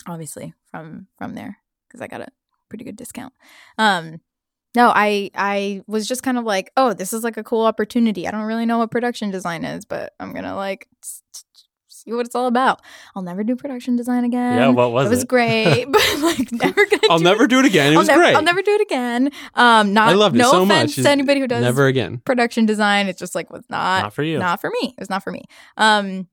Speaker 3: obviously, from from there because I got a pretty good discount. Um, no, I I was just kind of like, oh, this is like a cool opportunity. I don't really know what production design is, but I'm gonna like s- s- see what it's all about. I'll never do production design again.
Speaker 2: yeah, what was
Speaker 3: Um, it
Speaker 2: it?
Speaker 3: was great, but like never gonna.
Speaker 1: I'll
Speaker 3: do
Speaker 1: never do it again. It
Speaker 3: I'll
Speaker 1: was
Speaker 3: never,
Speaker 1: great.
Speaker 3: I'll never do it again. Um, not
Speaker 1: I loved it
Speaker 3: no
Speaker 1: so
Speaker 3: offense
Speaker 1: much.
Speaker 3: to anybody who does
Speaker 1: Never again.
Speaker 3: production design. It's just like was not
Speaker 2: Not for you.
Speaker 3: not for me. It was not for me. Um,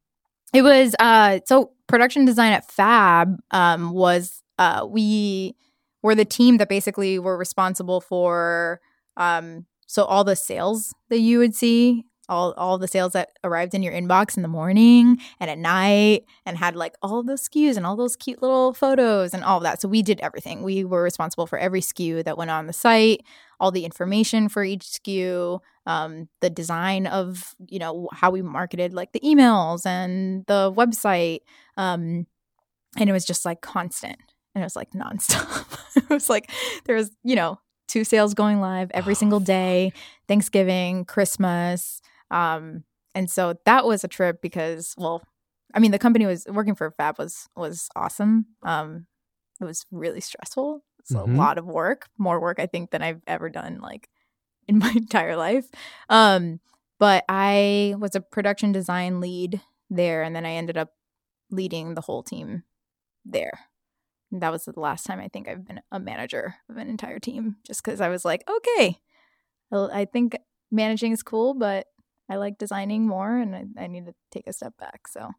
Speaker 3: it was uh, so production design at Fab um, was uh, we were the team that basically were responsible for um, so all the sales that you would see all all the sales that arrived in your inbox in the morning and at night and had like all those SKUs and all those cute little photos and all of that. So we did everything. We were responsible for every SKU that went on the site, all the information for each SKU, um, the design of, you know, how we marketed like the emails and the website. Um, and it was just like constant and it was like nonstop. it was like there was, you know, two sales going live every
Speaker 2: Oh,
Speaker 3: single day, Thanksgiving, Christmas. Um, and so that was a trip because, well, I mean, the company was working for Fab was was awesome. Um, it was really stressful. It's
Speaker 2: Mhm.
Speaker 3: a lot of work, more work I think than I've ever done like in my entire life. Um, but I was a production design lead there, and then I ended up leading the whole team there. And that was the last time I think I've been a manager of an entire team, just because I was like, okay, well, I think managing is cool, but I like designing more, and I, I need to take a step back. So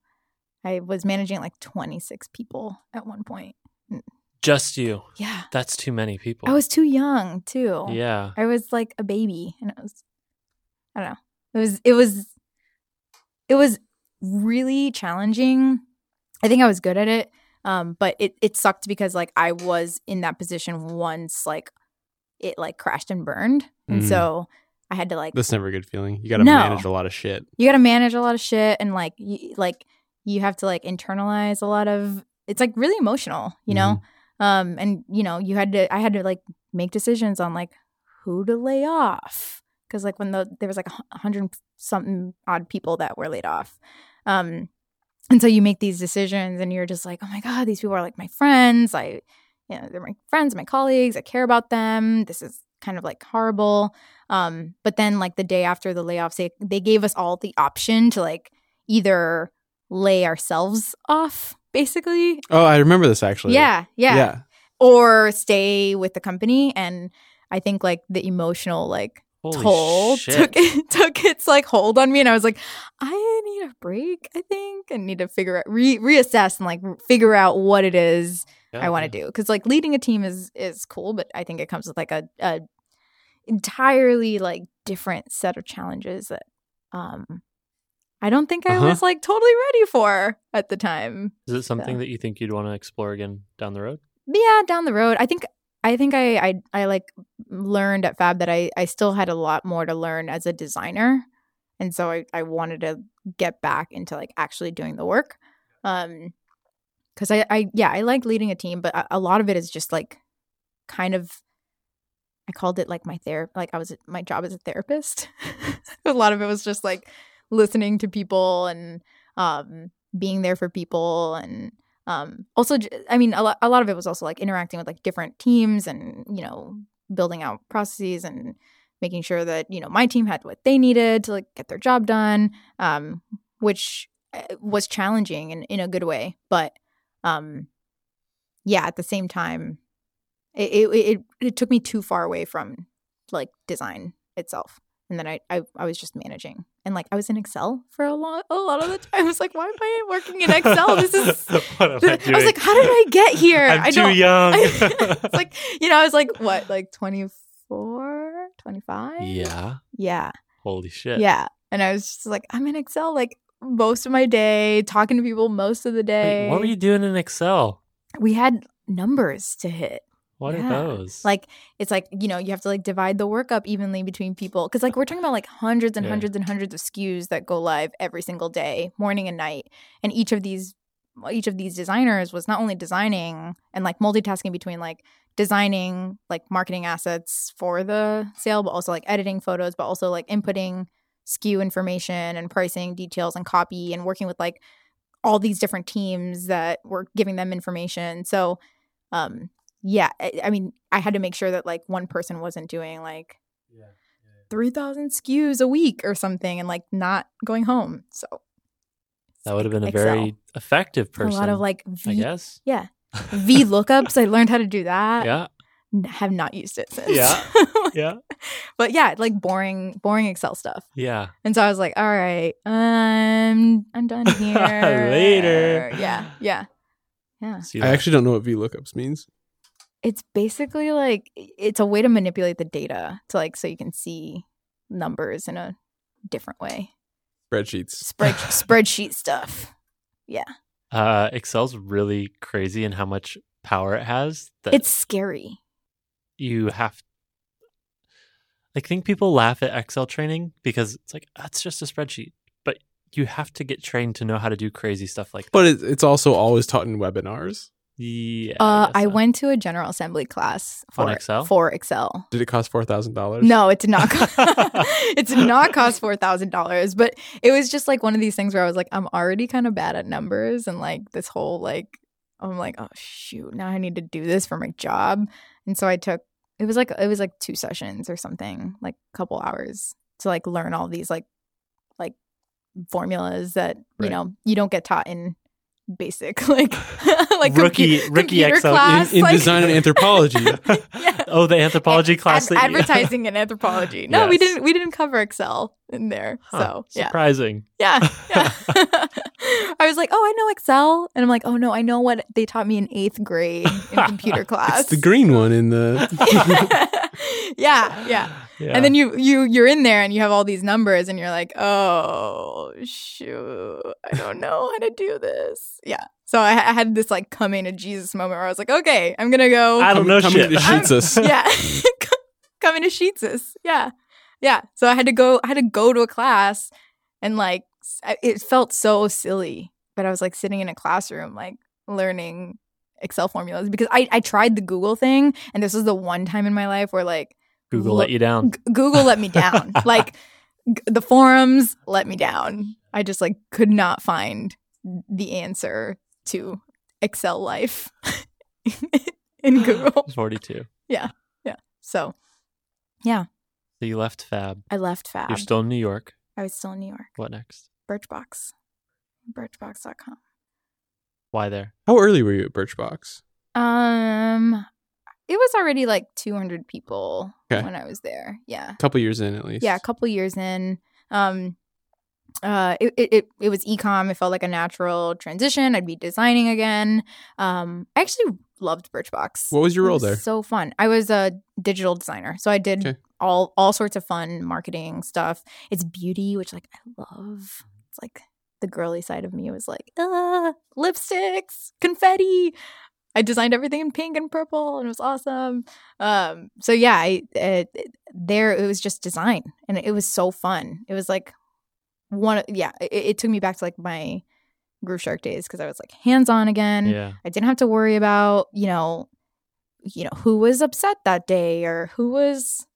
Speaker 3: I was managing like 26 people at one point.
Speaker 2: Just you.
Speaker 3: Yeah,
Speaker 2: That's too many people.
Speaker 3: I was too young too.
Speaker 2: yeah.
Speaker 3: I was like a baby, and it was, I don't know. It was, it was, it was really challenging. I think I was good at it, um, but it it sucked because like I was in that position once, like it like crashed and burned, and
Speaker 1: Mm.
Speaker 3: so I had to like
Speaker 1: That's never a good feeling. You got to
Speaker 3: No.
Speaker 1: manage a lot of shit.
Speaker 3: you got to manage a lot of shit and like you, like you have to like internalize a lot of it's like really emotional you know um and you know you had to i had to like make decisions on like who to lay off because like when the there was like a hu- a hundred and something odd people that were laid off um and so you make these decisions and you're just like oh my god these people are like my friends i you know they're my friends my colleagues i care about them this is kind of like horrible um, but then like the day after the layoffs, they they gave us all the option to like either lay ourselves off, basically.
Speaker 1: Oh, I remember this actually.
Speaker 3: Yeah, yeah,
Speaker 1: Yeah.
Speaker 3: Or stay with the company. And I think like the emotional like
Speaker 2: Holy
Speaker 3: toll
Speaker 2: shit.
Speaker 3: took it, took its like hold on me, and I was like, I need a break. I think and need to figure out re- reassess and like figure out what it is I want to do because like leading a team is is cool, but I think it comes with like a, a entirely like different set of challenges that um I don't think I
Speaker 1: Uh-huh.
Speaker 3: was like totally ready for at the time.
Speaker 2: Is it something that you think you'd want to explore again down the road?
Speaker 3: But yeah, down the road, I think I think I I, I like learned at Fab that I I still had a lot more to learn as a designer, and so I I wanted to get back into like actually doing the work, um, because I I yeah I like leading a team, but a, a lot of it is just like kind of. I called it like my therapy. Like I was my job as a therapist. a lot of it was just like listening to people and um, being there for people and um, also j- i mean a lot, a lot of it was also like interacting with like different teams and you know building out processes and making sure that you know my team had what they needed to like get their job done um, which uh, was challenging in, in a good way but um, yeah at the same time it, it it it took me too far away from like design itself and then I, I i was just managing and like i was in excel for a lot a lot of the time i was like why am i working in excel this is
Speaker 2: what am
Speaker 3: I was like, how did I get here?
Speaker 2: I'm
Speaker 3: I
Speaker 2: too
Speaker 3: don't-
Speaker 2: young.
Speaker 3: it's like you know i was like what like 24 25
Speaker 2: yeah.
Speaker 3: yeah
Speaker 2: Holy shit.
Speaker 3: yeah and i was just like i'm in excel like most of my day talking to people most of the day
Speaker 2: Wait, what were you doing in Excel?
Speaker 3: we had numbers to hit
Speaker 2: What
Speaker 3: Yeah.
Speaker 2: are those?
Speaker 3: like it's like you know you have to like divide the work up evenly between people because like we're talking about like hundreds and
Speaker 2: Yeah.
Speaker 3: hundreds and hundreds of skews that go live every single day morning and night and each of these each of these designers was not only designing and like multitasking between like designing like marketing assets for the sale but also like editing photos but also like inputting skew information and pricing details and copy and working with like all these different teams that were giving them information so um yeah I, I mean i had to make sure that like one person wasn't doing like 3000 skus a week or something and like not going home so
Speaker 2: that would have been a
Speaker 3: Excel.
Speaker 2: very effective person.
Speaker 3: a lot of like
Speaker 2: I
Speaker 3: v,
Speaker 2: guess.
Speaker 3: yeah. v lookups i learned how to do that
Speaker 2: yeah.
Speaker 3: N- have not used it since
Speaker 2: Yeah. Yeah.
Speaker 3: but yeah like boring boring excel stuff
Speaker 2: Yeah.
Speaker 3: and so i was like all right um i'm done here
Speaker 2: Later.
Speaker 3: yeah yeah yeah
Speaker 2: See
Speaker 1: I
Speaker 2: that?
Speaker 1: actually don't know what VLOOKUPs means.
Speaker 3: it's basically like it's a way to manipulate the data to like so you can see numbers in a different way.
Speaker 1: Spreadsheets.
Speaker 3: Spread spreadsheet stuff.
Speaker 2: Uh, Excel's really crazy in how much power it has. That
Speaker 3: It's scary.
Speaker 2: you have. Like, I think people laugh at Excel training because it's like that's just a spreadsheet, but you have to get trained to know how to do crazy stuff like.
Speaker 1: But it, it's also always taught in webinars.
Speaker 2: that. Yeah.
Speaker 3: Uh,
Speaker 2: guess
Speaker 3: I
Speaker 2: so.
Speaker 3: went to a General Assembly class for
Speaker 2: On Excel?
Speaker 3: For Excel.
Speaker 1: Did it cost four thousand dollars?
Speaker 3: No, it did not. Co- it did not cost four thousand dollars, but it was just like one of these things where I was like, I'm already kind of bad at numbers, and like this whole like, I'm like, oh shoot, now I need to do this for my job, and so I took it was like it was like two sessions or something, like a couple hours to like learn all these like like formulas that you
Speaker 1: Right.
Speaker 3: know you don't get taught in basic like like
Speaker 2: Rookie-
Speaker 3: compu-
Speaker 2: rookie
Speaker 3: computer
Speaker 2: Excel in-
Speaker 3: class
Speaker 1: In
Speaker 3: like-
Speaker 1: design and anthropology.
Speaker 3: Yeah.
Speaker 2: Oh, the anthropology
Speaker 3: Ad-
Speaker 2: class.
Speaker 3: ad-
Speaker 2: that you-
Speaker 3: advertising and anthropology. No, we
Speaker 2: Yes.
Speaker 3: didn't. We didn't cover Excel in there.
Speaker 2: Huh,
Speaker 3: so yeah,
Speaker 2: surprising.
Speaker 3: yeah, yeah. I was like, oh, I know Excel, and I'm like, oh no, I know what they taught me in eighth grade in computer class.
Speaker 1: It's the green one in the.
Speaker 3: yeah, yeah. And then you you you're in there and you have all these numbers and you're like, oh shoot, I don't know how to do this. Yeah. So I, I had this like coming to Jesus moment where I was like, okay, I'm gonna go.
Speaker 2: I don't know
Speaker 1: Coming
Speaker 2: shit.
Speaker 1: to sheets us.
Speaker 3: yeah coming to sheets us yeah yeah so i had to go i had to go to a class and like s- I- it felt so silly but i was like sitting in a classroom like learning excel formulas because i, I tried the google thing and this was the one time in my life where like
Speaker 2: Google let you down.
Speaker 3: G- google let me down like g- the forums let me down i just like could not find the answer to excel life in google
Speaker 2: 42.
Speaker 3: so
Speaker 2: So you left Fab.
Speaker 3: I left Fab.
Speaker 2: You're still in New York.
Speaker 3: I was still in New York.
Speaker 2: What next?
Speaker 3: Birchbox. Birchbox.com.
Speaker 2: Why there?
Speaker 1: How early were you at Birchbox?
Speaker 3: Um, it was already like 200 people
Speaker 1: Okay.
Speaker 3: when I was there. Yeah.
Speaker 1: A couple years in, at least.
Speaker 3: Yeah. A couple years in. Um, uh, it, it, it, it was e-com. It felt like a natural transition. I'd be designing again. Um, I actually loved Birchbox.
Speaker 1: What was your
Speaker 3: It
Speaker 1: role
Speaker 3: was
Speaker 1: there?
Speaker 3: So fun. I was a digital designer, so I did
Speaker 1: Okay.
Speaker 3: all all sorts of fun marketing stuff. It's beauty, which like I love. It's like the girly side of me was like, uh, lipsticks, confetti. I designed everything in pink and purple, and it was awesome. Um, so yeah, I uh, there it was just design, and it was so fun. It was like one, of- yeah. It, it took me back to like my Groove Shark days because I was like hands on again.
Speaker 2: Yeah.
Speaker 3: I didn't have to worry about, you know, you know who was upset that day or who was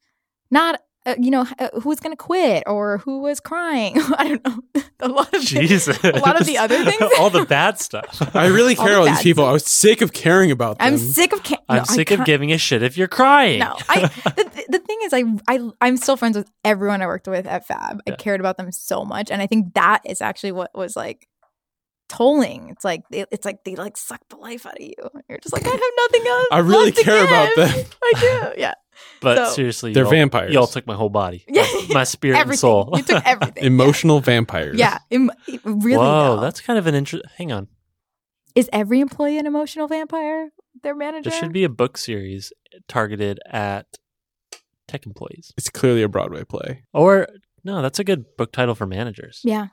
Speaker 3: not, uh, you know, uh, who was going to quit or who was crying. I don't know. a lot of thi-
Speaker 2: Jesus.
Speaker 3: a lot of the other things.
Speaker 2: All the bad stuff.
Speaker 1: I really
Speaker 3: All the
Speaker 1: care about these
Speaker 3: bad
Speaker 1: people.
Speaker 3: stuff.
Speaker 1: I was sick of caring about them.
Speaker 3: I'm sick of. Ca-
Speaker 2: I'm
Speaker 3: no, I
Speaker 2: sick of
Speaker 3: can't-
Speaker 2: giving a shit if you're crying.
Speaker 3: No, I the, the thing is, I I I'm still friends with everyone I worked with at Fab.
Speaker 2: Yeah.
Speaker 3: I cared about them so much, and I think that is actually what was like tolling. It's like they, it's like they like suck the life out of you. You're just like I have nothing else.
Speaker 1: I really
Speaker 3: left to
Speaker 1: care about
Speaker 3: give."
Speaker 1: them.
Speaker 3: I do. Yeah.
Speaker 2: but
Speaker 3: so-
Speaker 2: seriously,
Speaker 1: They're
Speaker 2: y'all,
Speaker 1: vampires.
Speaker 2: Y'all took my whole body.
Speaker 3: Yeah.
Speaker 2: My spirit
Speaker 3: everything.
Speaker 2: and soul.
Speaker 3: You took everything.
Speaker 1: Emotional vampires.
Speaker 3: Yeah. Em- it- really.
Speaker 2: Whoa,
Speaker 3: though.
Speaker 2: that's kind of an interest. Hang on.
Speaker 3: is every employee an emotional vampire? Their manager.
Speaker 2: There should be a book series targeted at tech employees.
Speaker 1: It's clearly a Broadway play.
Speaker 2: Or, no, that's a good book title for managers.
Speaker 3: Yeah.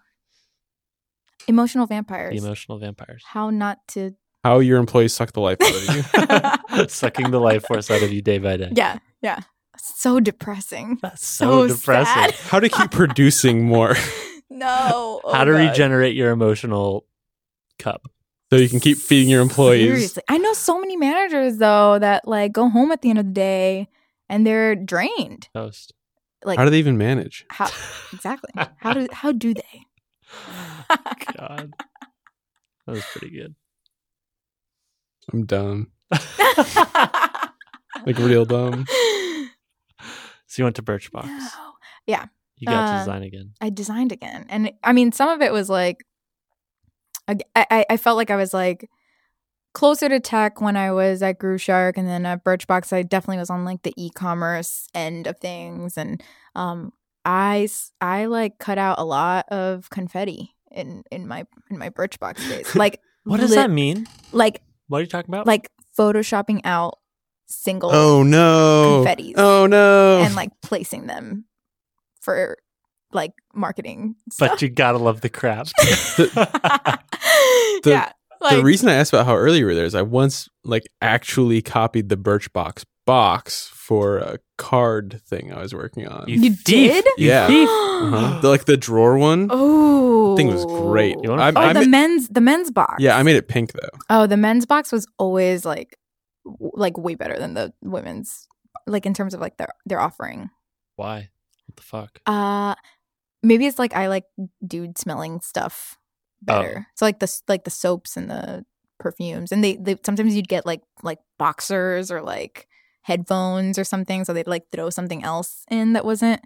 Speaker 3: Emotional
Speaker 2: The
Speaker 3: vampires.
Speaker 2: emotional vampires.
Speaker 3: How not to.
Speaker 1: How your employees suck the life out of you.
Speaker 2: Sucking the life force out of you day by day.
Speaker 3: Yeah. Yeah. So depressing.
Speaker 2: That's so,
Speaker 3: So
Speaker 2: depressing.
Speaker 3: sad.
Speaker 1: How to keep producing more
Speaker 3: No. Oh,
Speaker 2: How to
Speaker 3: God.
Speaker 2: regenerate your emotional cup.
Speaker 1: so you can keep feeding your employees.
Speaker 3: Seriously. I know so many managers though that like go home at the end of the day and they're drained.
Speaker 2: Toast.
Speaker 3: Like
Speaker 1: How do they even manage?
Speaker 3: how exactly. How do how do they?
Speaker 2: God. That was pretty good.
Speaker 1: I'm dumb. Like real dumb.
Speaker 2: So you went to Birchbox.
Speaker 3: No.
Speaker 2: You got to
Speaker 3: Uh,
Speaker 2: design again.
Speaker 3: I designed again. And I mean, some of it was like, I, I, I felt like I was like closer to tech when I was at Groove Shark and then at Birchbox. I definitely was on like the e commerce end of things. And um, I, s- I like cut out a lot of confetti. In, in my in my Birchbox days, like
Speaker 2: What does
Speaker 3: lit-
Speaker 2: that mean?
Speaker 3: Like
Speaker 2: What are you talking about?
Speaker 3: like photoshopping out single
Speaker 1: Oh no.
Speaker 3: Confettis.
Speaker 1: Oh no.
Speaker 3: and like placing them for like marketing stuff.
Speaker 2: but you gotta love the craft.
Speaker 1: the-
Speaker 3: yeah. Like,
Speaker 1: the reason I asked about how early you were there is I once like actually copied the Birchbox box for a card thing I was working on.
Speaker 2: You,
Speaker 3: You
Speaker 2: thief.
Speaker 3: did?
Speaker 2: You
Speaker 1: Yeah.
Speaker 2: thief.
Speaker 1: Uh-huh. The, like the drawer one.
Speaker 3: Oh,
Speaker 1: Thing was great.
Speaker 2: You wanna
Speaker 1: I-
Speaker 3: Oh,
Speaker 1: I
Speaker 3: the
Speaker 1: ma-
Speaker 3: men's the men's box.
Speaker 1: Yeah, I made it pink though.
Speaker 3: Oh, the men's box was always like, w- like way better than the women's, like in terms of like their their offering.
Speaker 2: Why? What the fuck?
Speaker 3: Uh, maybe it's like I like dude smelling stuff
Speaker 1: Oh.
Speaker 3: better. So like the s- like the soaps and the perfumes, and they, they sometimes you'd get like like boxers or like headphones or something. So they'd like throw something else in that wasn't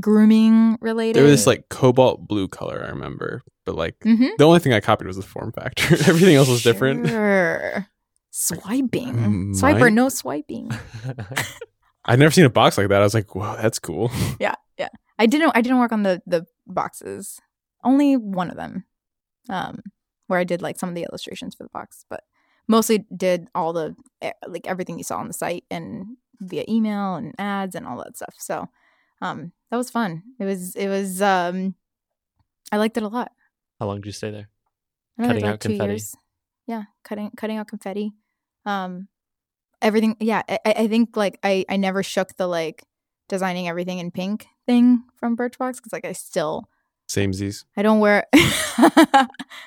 Speaker 3: grooming related.
Speaker 1: There was this like cobalt blue color I remember, but like
Speaker 3: hmm
Speaker 1: the only thing I copied was the form factor. Everything else was different.
Speaker 3: Sure. Swiping.
Speaker 1: Mm,
Speaker 3: Swiper,
Speaker 1: mine-
Speaker 3: no swiping.
Speaker 1: I'd never seen a box like that. I was like, "Whoa, that's cool."
Speaker 3: I didn't I didn't work on the the boxes. Only one of them. Um where I did like some of the illustrations for the box, but mostly did all the eh, like everything you saw on the site and via email and ads and all that stuff. So, um that was fun. It was it was um I liked it a lot.
Speaker 2: How long did you stay there?
Speaker 3: I don't know,
Speaker 2: Cutting out
Speaker 3: two
Speaker 2: confetti.
Speaker 3: years. Yeah, cutting cutting out confetti. Um, everything. Yeah, I, I I think like I I never shook the like designing everything in pink thing from Birchbox because like I still
Speaker 1: Samesies.
Speaker 3: I don't wear.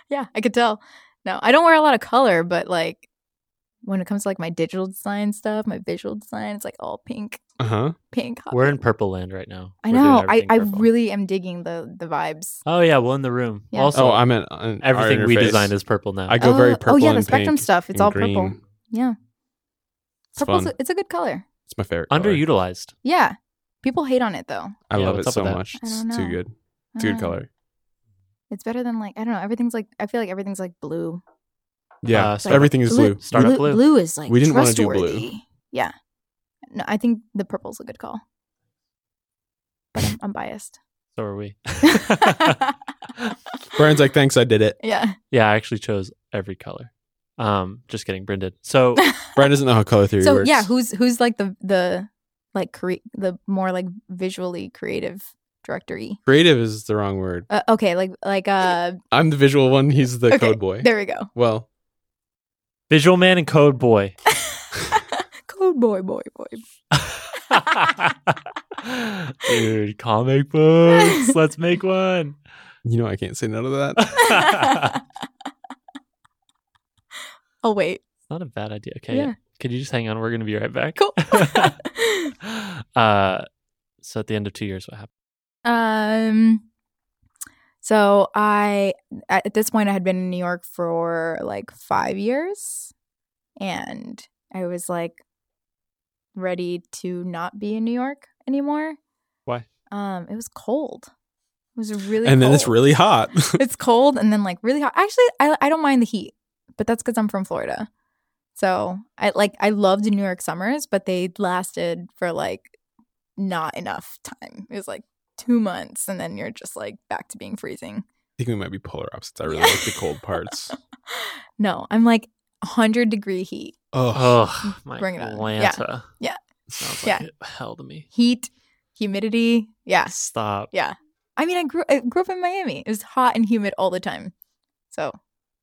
Speaker 3: yeah, I could tell. No, I don't wear a lot of color, but like when it comes to like my digital design stuff, my visual design, it's like all pink,
Speaker 1: Uh huh.
Speaker 3: pink. hot
Speaker 2: We're in
Speaker 3: pink.
Speaker 2: purple land right now.
Speaker 3: I
Speaker 2: We're doing
Speaker 3: know. I
Speaker 2: everything
Speaker 3: I
Speaker 2: purple.
Speaker 3: really am digging the the vibes.
Speaker 2: Oh yeah, well in the room.
Speaker 3: Yeah.
Speaker 2: Also,
Speaker 1: Oh, I meant on our
Speaker 2: everything we
Speaker 1: interface.
Speaker 2: designed is purple now.
Speaker 1: I go very
Speaker 3: Oh,
Speaker 1: purple.
Speaker 3: Oh yeah, the
Speaker 1: and
Speaker 3: spectrum
Speaker 1: pink
Speaker 3: stuff. It's
Speaker 1: and
Speaker 3: all
Speaker 1: green.
Speaker 3: purple. Yeah,
Speaker 1: It's
Speaker 3: purple's
Speaker 1: fun.
Speaker 3: a- it's a good color.
Speaker 1: It's my favorite. color.
Speaker 2: Underutilized.
Speaker 3: Yeah. People hate on it though.
Speaker 1: I
Speaker 2: Yeah,
Speaker 1: love it
Speaker 2: what's up
Speaker 1: so
Speaker 2: with that?
Speaker 1: much.
Speaker 3: I
Speaker 1: It's
Speaker 3: don't
Speaker 1: too
Speaker 3: know. Uh,
Speaker 1: good.
Speaker 3: I
Speaker 1: It's a
Speaker 3: don't
Speaker 1: good
Speaker 3: know.
Speaker 1: color.
Speaker 3: It's better than like I don't know. Everything's like I feel like everything's like blue.
Speaker 1: Yeah,
Speaker 2: Uh, Starbucks.
Speaker 1: everything is blue.
Speaker 2: Startup blue.
Speaker 3: blue. is like
Speaker 1: We didn't wanna do
Speaker 3: trustworthy.
Speaker 1: blue.
Speaker 3: Yeah. No, I think the purple's a good call. But I'm, I'm biased.
Speaker 2: So are we.
Speaker 1: Brian's like, thanks, I did it.
Speaker 3: yeah.
Speaker 2: yeah, I actually chose every color. Um, just kidding, Bryn did. So
Speaker 1: Brian doesn't know how color theory
Speaker 3: So
Speaker 1: works.
Speaker 3: yeah, who's who's like the the like cre- the more like visually creative directory.
Speaker 1: creative is the wrong word.
Speaker 3: Uh, okay, like like uh
Speaker 1: I'm the visual one. He's the
Speaker 3: Okay,
Speaker 1: code boy.
Speaker 3: there we go.
Speaker 1: Well,
Speaker 2: Visual Man and Code Boy.
Speaker 3: Code boy boy boy.
Speaker 2: Dude, comic books. Let's make one.
Speaker 1: you know, I can't say none of that.
Speaker 2: it's
Speaker 3: oh wait.
Speaker 2: not a bad idea. Okay.
Speaker 3: Yeah.
Speaker 2: Could you just hang on? We're gonna be right back.
Speaker 3: Cool.
Speaker 2: uh so at the end of two years, what happened?
Speaker 3: Um so I at this point I had been in New York for like 5 years and I was like ready to not be in New York anymore.
Speaker 2: Why?
Speaker 3: Um it was cold. It was really
Speaker 1: and then it's
Speaker 3: cold.
Speaker 1: really hot.
Speaker 3: it's cold and then like really hot. Actually, I I don't mind the heat, but that's because I'm from Florida. So I like I loved New York summers, but they lasted for like not enough time. It was like two months, and then you're just like back to being freezing.
Speaker 1: I think we might be polar opposites. I really like the cold parts.
Speaker 3: No, I'm like 100 degree heat.
Speaker 1: Oh,
Speaker 2: Oh my
Speaker 3: Mm, Bring it on. Yeah.
Speaker 2: Atlanta.
Speaker 3: Yeah.
Speaker 2: Sounds like
Speaker 3: Yeah.
Speaker 2: it- hell to me.
Speaker 3: Heat, humidity. Yeah.
Speaker 2: Stop.
Speaker 3: Yeah. I mean, I grew I grew up in Miami. It was hot and humid all the time. So,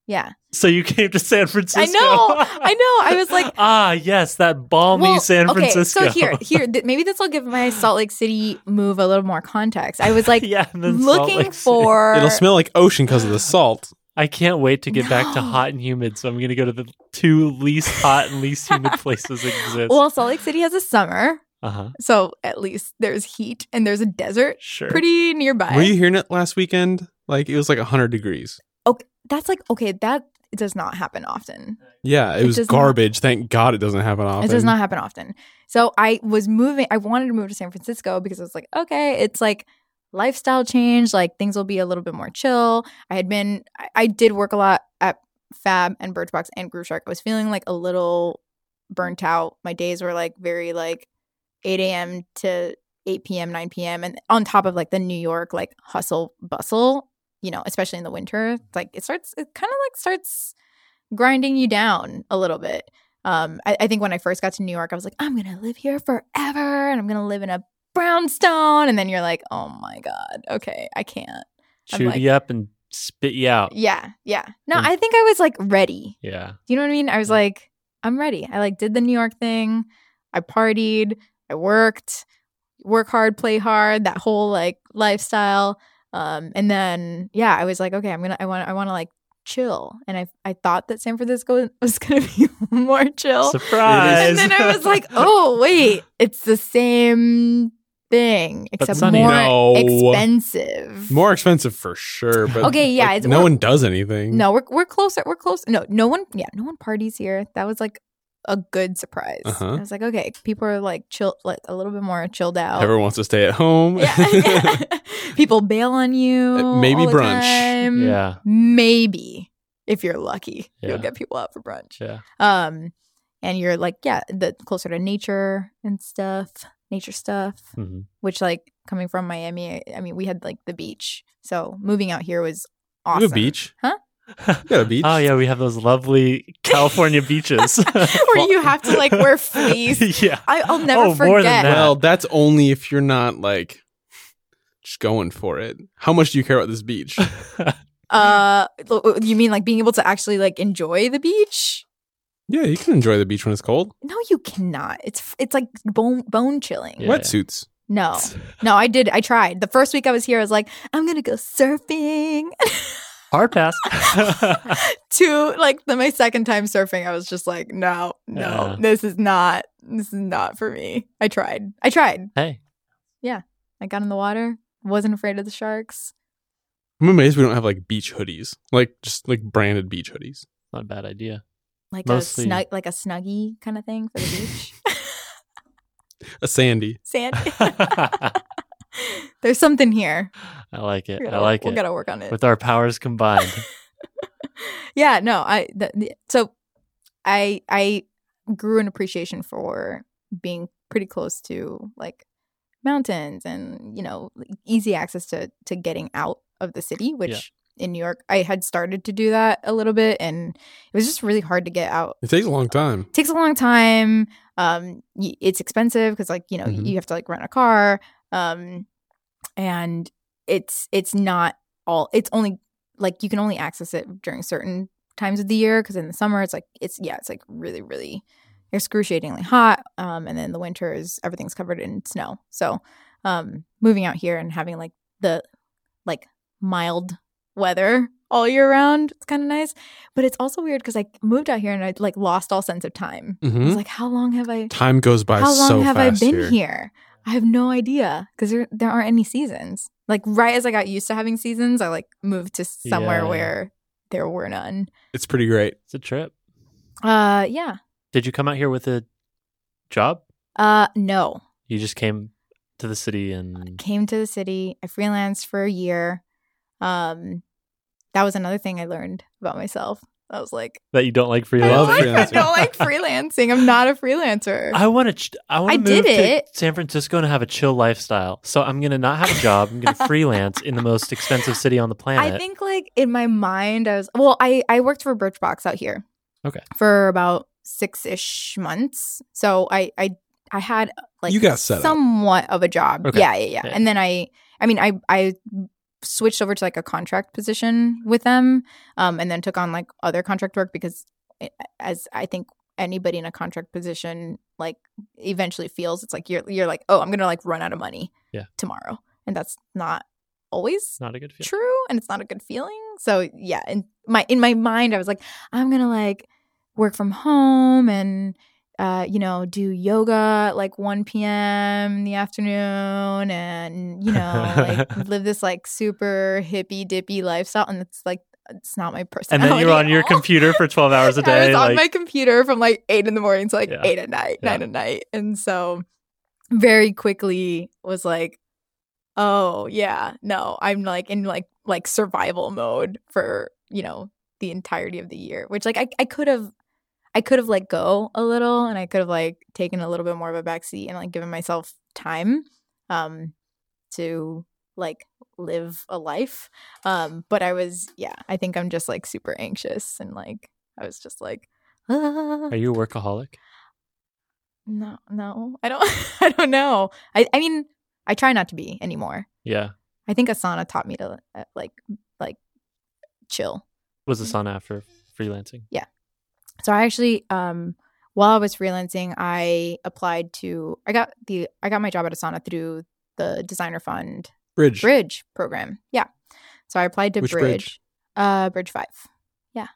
Speaker 3: yeah.
Speaker 2: So you came to San Francisco.
Speaker 3: know. I know. I was like,
Speaker 2: ah, yes, that balmy
Speaker 3: Well,
Speaker 2: San Francisco.
Speaker 3: Okay, so here, here, th- maybe this will give my Salt Lake City move a little more context. I was like
Speaker 2: yeah, and then Salt
Speaker 3: looking
Speaker 2: Lake City.
Speaker 3: for.
Speaker 1: it'll smell like ocean because of the salt.
Speaker 2: I can't wait to get back to
Speaker 3: No.
Speaker 2: hot and humid, so I'm gonna go to the two least hot and least humid places that exist.
Speaker 3: Well, Salt Lake City has a summer,
Speaker 2: uh huh.
Speaker 3: so at least there's heat and there's a desert
Speaker 2: Sure.
Speaker 3: pretty nearby.
Speaker 1: Were you hearing it last weekend? Like it was like hundred degrees.
Speaker 3: That's like okay, that does not happen often.
Speaker 1: Yeah, it,
Speaker 3: It
Speaker 1: was
Speaker 3: does not-
Speaker 1: garbage. Thank God it doesn't happen often.
Speaker 3: It does not happen often. So I was moving. I wanted to move to San Francisco because I was like, okay, it's like lifestyle change. Like things will be a little bit more chill. I had been. I, I did work a lot at Fab and Birchbox and Groove Shark. I was feeling like a little burnt out. My days were like very like eight a.m. to eight p.m., nine p.m. And on top of like the New York like hustle bustle, you know, especially in the winter, it's like it starts. It kind of like starts grinding you down a little bit um I, I think when i first got to new york i was like i'm gonna live here forever and i'm gonna live in a brownstone. And then you're like, oh my God, okay, I can't. I'm
Speaker 2: Chew
Speaker 3: like-
Speaker 2: you up and spit you out.
Speaker 3: Yeah, yeah. No,
Speaker 2: And-
Speaker 3: I think I was like ready.
Speaker 2: Yeah.
Speaker 3: You know what I mean? I was
Speaker 2: Yeah.
Speaker 3: like, I'm ready. I like did the New York thing. I partied. I worked. Work hard, play hard. That whole like lifestyle. Um, and then yeah, I was like, okay, I'm gonna. I want. I want to like chill. And I I thought that San Francisco was gonna be more chill.
Speaker 2: Surprise.
Speaker 3: and then I was like, oh wait, it's the same thing except
Speaker 2: sunny.
Speaker 3: more
Speaker 1: No.
Speaker 3: expensive.
Speaker 1: More expensive for sure, but
Speaker 3: Okay, yeah,
Speaker 1: like,
Speaker 3: it's-
Speaker 1: no
Speaker 3: we're-
Speaker 1: one does anything.
Speaker 3: No, we're we're closer. We're close. No, no one. Yeah, no one parties here. That was like a good surprise.
Speaker 1: Uh-huh.
Speaker 3: I was like, okay, people are like chill, like a little bit more chilled out.
Speaker 1: Everyone wants to stay at home.
Speaker 3: yeah. people bail on you.
Speaker 1: Uh, maybe
Speaker 3: all the
Speaker 1: brunch.
Speaker 3: time.
Speaker 2: yeah.
Speaker 3: Maybe if you're lucky,
Speaker 2: Yeah.
Speaker 3: you'll get people out for brunch.
Speaker 2: Yeah.
Speaker 3: Um, and you're like, yeah, the closer to nature and stuff, nature stuff
Speaker 2: Mhm.
Speaker 3: which like coming from Miami, I- I mean, we had like the beach. So moving out here was
Speaker 1: You
Speaker 3: awesome.
Speaker 1: have a beach. You got a beach.
Speaker 2: Oh yeah, we have those lovely California beaches
Speaker 3: Where you have to, like, wear fleece.
Speaker 2: yeah.
Speaker 3: I, I'll never
Speaker 2: Oh,
Speaker 3: forget.
Speaker 2: more than that.
Speaker 1: Well, that's only if you're not like just going for it. How much do you care about this beach?
Speaker 3: Uh, l- l- you mean like being able to actually like enjoy the beach?
Speaker 1: yeah, you can enjoy the beach when it's cold.
Speaker 3: No, you cannot. It's f- it's like bone bone chilling.
Speaker 2: Yeah.
Speaker 1: Wetsuits.
Speaker 3: No, no, I did. I tried. The first week I was here, I was like, I'm gonna go surfing.
Speaker 2: Hard pass.
Speaker 3: to like the, my second time surfing, I was just like, no, no,
Speaker 2: Yeah.
Speaker 3: this is not. This is not for me. I tried. I tried.
Speaker 2: hey,
Speaker 3: I got in the water, wasn't afraid of the sharks.
Speaker 1: I'm amazed we don't have like beach hoodies, like just like branded beach hoodies.
Speaker 2: not a bad idea.
Speaker 3: Like
Speaker 2: Mostly-
Speaker 3: a snug, like a snuggie kind of thing for the beach.
Speaker 1: A sandy.
Speaker 3: Sand.
Speaker 2: I
Speaker 3: There's something here.
Speaker 2: like it.
Speaker 3: We
Speaker 2: I
Speaker 3: gotta-
Speaker 2: like
Speaker 3: we
Speaker 2: it.
Speaker 3: gotta work on it.
Speaker 2: With our powers combined.
Speaker 3: yeah. No. I. The, the, so, I I grew an appreciation for being pretty close to like mountains and you know like, easy access to to getting out of the city which in new york i had started to do that a little bit and it was just really hard to get out
Speaker 1: It takes a long time.
Speaker 3: takes a long time. Um, y- it's expensive because like you know
Speaker 1: Mhm.
Speaker 3: you have to like rent a car. Um, and it's it's not all. It's only like you can only access it during certain times of the year because in the summer it's like it's yeah it's like really really excruciatingly hot. Um, and then the winter is everything's covered in snow. So, um, moving out here and having like the like mild weather all year round, it's kind of nice. But it's also weird because I moved out here and I like lost all sense of time. I was
Speaker 1: hmm
Speaker 3: like, how long have I?
Speaker 1: Time goes by
Speaker 3: How long
Speaker 1: so
Speaker 3: have I
Speaker 1: fast
Speaker 3: been here? I have no idea because there there aren't any seasons. Like right as I got used to having seasons, I like moved to somewhere
Speaker 2: Yeah.
Speaker 3: where there were none.
Speaker 1: It's pretty great.
Speaker 2: it's a trip.
Speaker 3: Uh, yeah.
Speaker 2: Did you come out here with a job?
Speaker 3: Uh, no.
Speaker 2: You just came to the city and
Speaker 3: Came to the city. I freelanced for a year. Um, that was another thing I learned about myself. I was like,
Speaker 2: that you don't like
Speaker 3: I,
Speaker 1: love
Speaker 2: freelance.
Speaker 3: like, I
Speaker 1: freelancing.
Speaker 3: don't like freelancing. I'm not a freelancer.
Speaker 2: I want to. Ch- I want
Speaker 3: I
Speaker 2: to
Speaker 3: did
Speaker 2: move to
Speaker 3: it.
Speaker 2: San Francisco and have a chill lifestyle. So I'm gonna not have a job. I'm gonna freelance in the most expensive city on the planet.
Speaker 3: I think like in my mind, I was well. I I worked for Birchbox out here.
Speaker 2: Okay.
Speaker 3: For about six ish months, so I I I had like
Speaker 1: You got set up.
Speaker 3: somewhat of a job.
Speaker 2: Okay.
Speaker 3: Yeah, yeah, yeah,
Speaker 2: Yeah.
Speaker 3: And then I I mean I I switched over to like a contract position with them, um, and then took on like other contract work because it, as I think anybody in a contract position like eventually feels it's like you're you're like oh I'm gonna like run out of money
Speaker 2: Yeah.
Speaker 3: tomorrow, and that's not always
Speaker 2: it's not a good feeling.
Speaker 3: true and it's not a good feeling so yeah and my in my mind i was like i'm gonna like work from home and uh, you know do yoga at like 1 p.m in the afternoon and you know like live this like super hippy dippy lifestyle and it's like it's not my
Speaker 2: And
Speaker 3: personality
Speaker 2: then you're on
Speaker 3: at
Speaker 2: your
Speaker 3: all.
Speaker 2: computer for 12 hours a
Speaker 3: I
Speaker 2: day.
Speaker 3: was on
Speaker 2: like,
Speaker 3: my computer from like eight in the morning to like
Speaker 2: Yeah.
Speaker 3: eight at night,
Speaker 2: Yeah.
Speaker 3: nine at night. And so very quickly was like, oh yeah, no, I'm like in like like survival mode for, you know, the entirety of the year. Which like I, I could have I could have let go a little and I could have like taken a little bit more of a backseat and like given myself time um to like live a life. Um but I was yeah, I think I'm just like super anxious and like I was just like ah,
Speaker 2: Are you a workaholic?
Speaker 3: no no. I don't I don't know. I I mean I try not to be anymore.
Speaker 2: Yeah.
Speaker 3: I think Asana taught me to uh, like like chill.
Speaker 2: Was this on after freelancing?
Speaker 3: So I actually um while I was freelancing, I applied to I got the I got my job at Asana through the Designer Fund
Speaker 1: Bridge.
Speaker 3: Bridge program. Yeah. So I applied to
Speaker 1: Which
Speaker 3: Bridge.
Speaker 1: bridge?
Speaker 3: Uh Bridge 5. Yeah.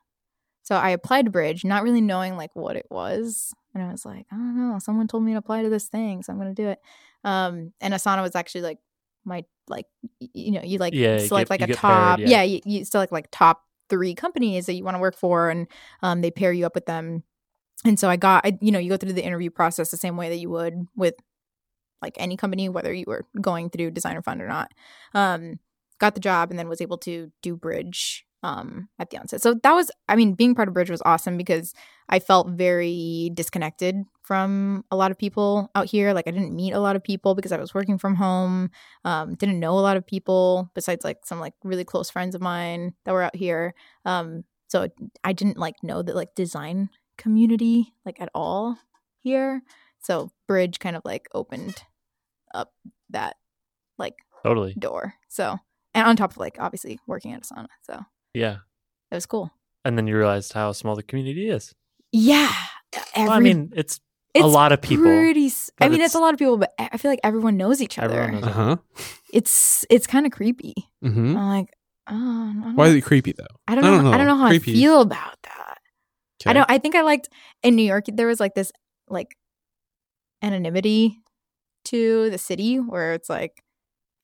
Speaker 3: So I applied to Bridge, not really knowing like what it was. And I was like, I don't know, someone told me to apply to this thing, so I'm going to do it. Um and Asana was actually like my like y- you know, you like
Speaker 2: Yeah, you
Speaker 3: select
Speaker 2: get- you
Speaker 3: like a
Speaker 2: get paired,
Speaker 3: top.
Speaker 2: yeah.
Speaker 3: yeah, you, you select like top 3 companies that you want to work for and um they pair you up with them. And so I got I, you know, you go through the interview process the same way that you would with like any company whether you were going through designer fund or not um, got the job and then was able to do bridge um, at the onset. So that was, I mean, being part of bridge was awesome because I felt very disconnected from a lot of people out here. Like I didn't meet a lot of people because I was working from home. Um, didn't know a lot of people besides like some like really close friends of mine that were out here. Um, so I didn't like know that like design community like at all here. So bridge kind of like opened up that like
Speaker 2: Totally.
Speaker 3: door. So, and on top of like obviously working at Asana. So
Speaker 2: Yeah.
Speaker 3: it was cool.
Speaker 2: And then you realized how small the community is.
Speaker 3: Yeah. Every,
Speaker 2: Well, I mean, it's,
Speaker 3: it's
Speaker 2: a lot of people.
Speaker 3: Pretty, s- I
Speaker 2: but
Speaker 3: mean,
Speaker 2: it's-
Speaker 3: it's a lot of people, but I I feel like everyone knows each other.
Speaker 2: Everyone knows.
Speaker 1: Uh huh.
Speaker 3: It's it's kind of creepy.
Speaker 1: Mm-hmm.
Speaker 3: I'm like, oh, I don't
Speaker 1: Why
Speaker 3: know.
Speaker 1: is it creepy though?
Speaker 3: I don't know. I don't know, how
Speaker 1: Creepy.
Speaker 3: I feel about that. I don't. I think I liked in New York. There was like this like anonymity to the city where it's like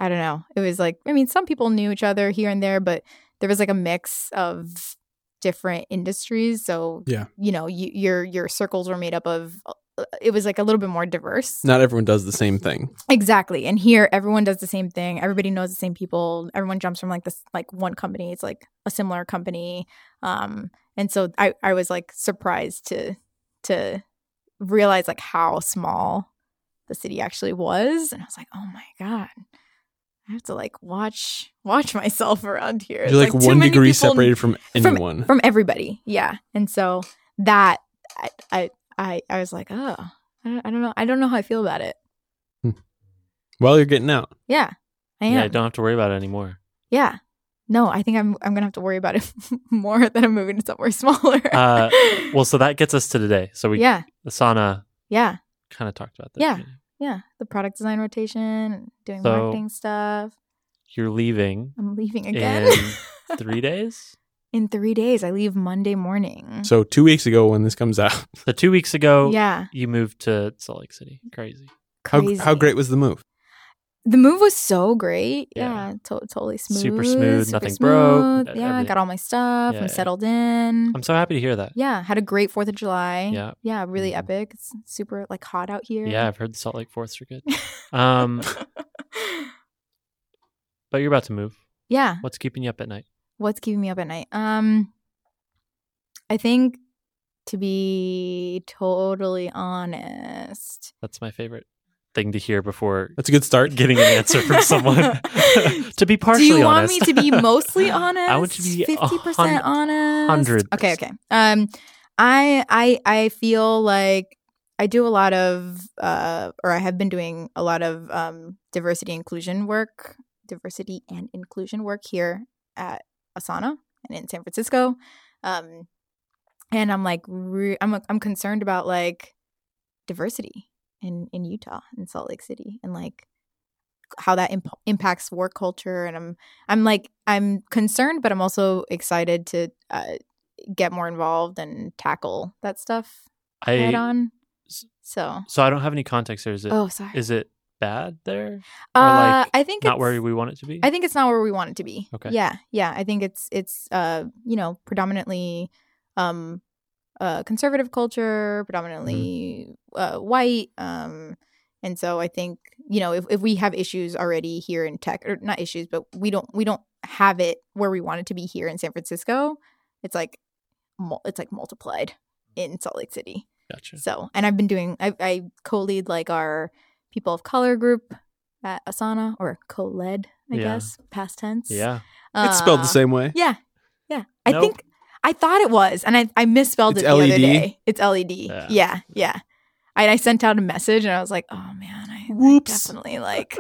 Speaker 3: I don't know. It was like I mean, some people knew each other here and there, but there was like a mix of different industries. So
Speaker 1: Yeah.
Speaker 3: you know, you, your your circles were made up of. uh, It was like a little bit more diverse.
Speaker 1: Not everyone does the same thing.
Speaker 3: Exactly. And here everyone does the same thing. Everybody knows the same people. Everyone jumps from like this like one company. It's like a similar company. Um and so I I was like surprised to to realize like how small the city actually was and I was like, "Oh my god. I have to like watch watch myself around here." It's,
Speaker 1: You're like,
Speaker 3: too
Speaker 1: one
Speaker 3: many
Speaker 1: degree
Speaker 3: people-
Speaker 1: separated from anyone.
Speaker 3: from everybody. Yeah, and so that I I I, I was like, "Oh, I don't, I don't know. I don't know how I feel about it."
Speaker 1: While you're getting out.
Speaker 3: Yeah. I am.
Speaker 2: Yeah, I don't have to worry about it anymore.
Speaker 3: Yeah. No, I think I'm I'm gonna have to worry about it more than I'm moving to somewhere smaller.
Speaker 2: Uh, Well, so that gets us to today. So we
Speaker 3: yeah,
Speaker 2: Asana
Speaker 3: yeah,
Speaker 2: kind of talked about that.
Speaker 3: Yeah. yeah. The product design rotation, doing
Speaker 2: So-
Speaker 3: marketing stuff.
Speaker 2: You're leaving
Speaker 3: I'm leaving again
Speaker 2: in three days.
Speaker 3: in three days. I leave Monday morning.
Speaker 1: So two weeks ago when this comes out,
Speaker 2: So two weeks ago,
Speaker 3: yeah,
Speaker 2: you moved to Salt Lake City. Crazy.
Speaker 1: how,
Speaker 3: crazy.
Speaker 1: how great was the move?
Speaker 3: the move was so great.
Speaker 2: Yeah.
Speaker 3: Yeah, to- totally smooth,
Speaker 2: Super smooth,
Speaker 3: super
Speaker 2: nothing broke,
Speaker 3: smooth.
Speaker 2: e-
Speaker 3: Yeah,
Speaker 2: everything.
Speaker 3: got all my stuff.
Speaker 2: Yeah, yeah.
Speaker 3: I'm settled in.
Speaker 2: I'm so happy to hear that.
Speaker 3: yeah, had a great Fourth of July.
Speaker 2: Yeah.
Speaker 3: yeah, really
Speaker 2: Mhm.
Speaker 3: epic. It's super like hot out here.
Speaker 2: Yeah, I've heard the Salt Lake Forests are good. Um, but you're about to move.
Speaker 3: yeah.
Speaker 2: What's keeping you up at night?
Speaker 3: what's keeping me up at night um i think to be totally honest
Speaker 2: That's my favorite thing to hear before
Speaker 1: That's a good start.
Speaker 2: getting an answer from someone. to be
Speaker 3: do
Speaker 2: partially
Speaker 3: you want
Speaker 2: honest.
Speaker 3: me to be mostly honest
Speaker 2: I want to be
Speaker 3: 50%
Speaker 2: hundred-
Speaker 3: honest
Speaker 2: 100%.
Speaker 3: okay okay um i i i feel like i do a lot of uh or i have been doing a lot of um diversity inclusion work diversity and inclusion work here at asana and in san francisco um and i'm like re- i'm i'm concerned about like diversity in in utah in salt lake city and like how that imp- impacts work culture and i'm i'm like i'm concerned but i'm also excited to uh, get more involved and tackle that stuff head
Speaker 2: I
Speaker 3: on
Speaker 2: s-
Speaker 3: so
Speaker 2: so I don't have any context there. Is it is
Speaker 3: oh sorry
Speaker 2: it bad there?
Speaker 3: uh,
Speaker 2: like,
Speaker 3: i think
Speaker 2: Not
Speaker 3: it's-
Speaker 2: where we want it to be.
Speaker 3: I think it's not where we want it to be.
Speaker 2: Okay.
Speaker 3: Yeah, yeah. I think it's it's uh you know predominantly um uh conservative culture, predominantly uh, white. Um, and so I think you know if if we have issues already here in tech or not issues, but we don't we don't have it where we want it to be here in San Francisco. It's like mul- it's like multiplied in Salt Lake City.
Speaker 2: gotcha.
Speaker 3: So, and I've been doing, I, I co lead like our people of color group at Asana or co led, I
Speaker 2: Yeah.
Speaker 3: guess, past tense.
Speaker 2: Yeah.
Speaker 1: It's spelled
Speaker 3: Uh,
Speaker 1: the same way.
Speaker 3: Yeah. Yeah. I
Speaker 2: No.
Speaker 3: think I thought it was, and I, I misspelled
Speaker 1: It's E
Speaker 3: it the other
Speaker 1: LED?
Speaker 3: day. It's LED.
Speaker 2: Yeah.
Speaker 3: Yeah. Yeah. I, I sent out a message and I was like, oh man, I, I
Speaker 1: Whoops.
Speaker 3: definitely like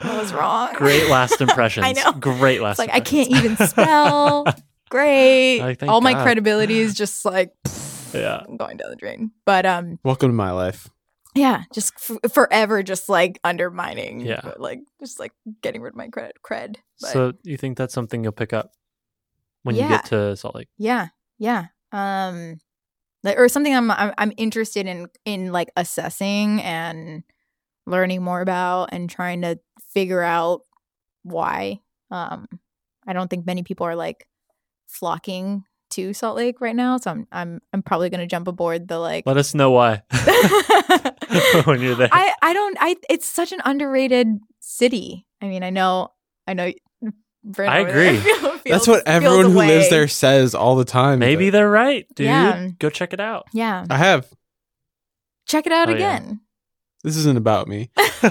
Speaker 3: I was wrong.
Speaker 2: Great last impressions.
Speaker 3: I know.
Speaker 2: Great last
Speaker 3: It's like I
Speaker 2: impressions.
Speaker 3: can't even spell. Great.
Speaker 2: Like, thank
Speaker 3: All my
Speaker 2: God.
Speaker 3: credibility is just like pff,
Speaker 2: Yeah.
Speaker 3: going down the drain. But um,
Speaker 1: Welcome to my life.
Speaker 3: yeah, just f- forever, just like undermining.
Speaker 2: Yeah.
Speaker 3: but, like just like getting rid of my cred. Cred. But,
Speaker 2: So you think that's something you'll pick up when you
Speaker 3: Yeah.
Speaker 2: get to Salt Lake?
Speaker 3: yeah, yeah. Um, like, or something I'm, I'm I'm interested in in like assessing and learning more about and trying to figure out why. Um, I don't think many people are like flocking to Salt Lake right now, so I'm I'm I'm probably gonna jump aboard the like.
Speaker 2: Let us know why when you're there.
Speaker 3: I, I don't I it's such an underrated city. I mean, I know I know Brent
Speaker 2: I
Speaker 3: over there
Speaker 2: agree.
Speaker 3: feels-
Speaker 1: That's what
Speaker 3: feels
Speaker 1: everyone who lives
Speaker 3: away.
Speaker 1: there says all the time.
Speaker 2: Maybe
Speaker 1: but
Speaker 2: they're right, dude.
Speaker 3: Yeah.
Speaker 2: Go check it out.
Speaker 3: Yeah.
Speaker 1: I have.
Speaker 3: Check it out
Speaker 2: Oh, yeah.
Speaker 3: again.
Speaker 1: This isn't about me.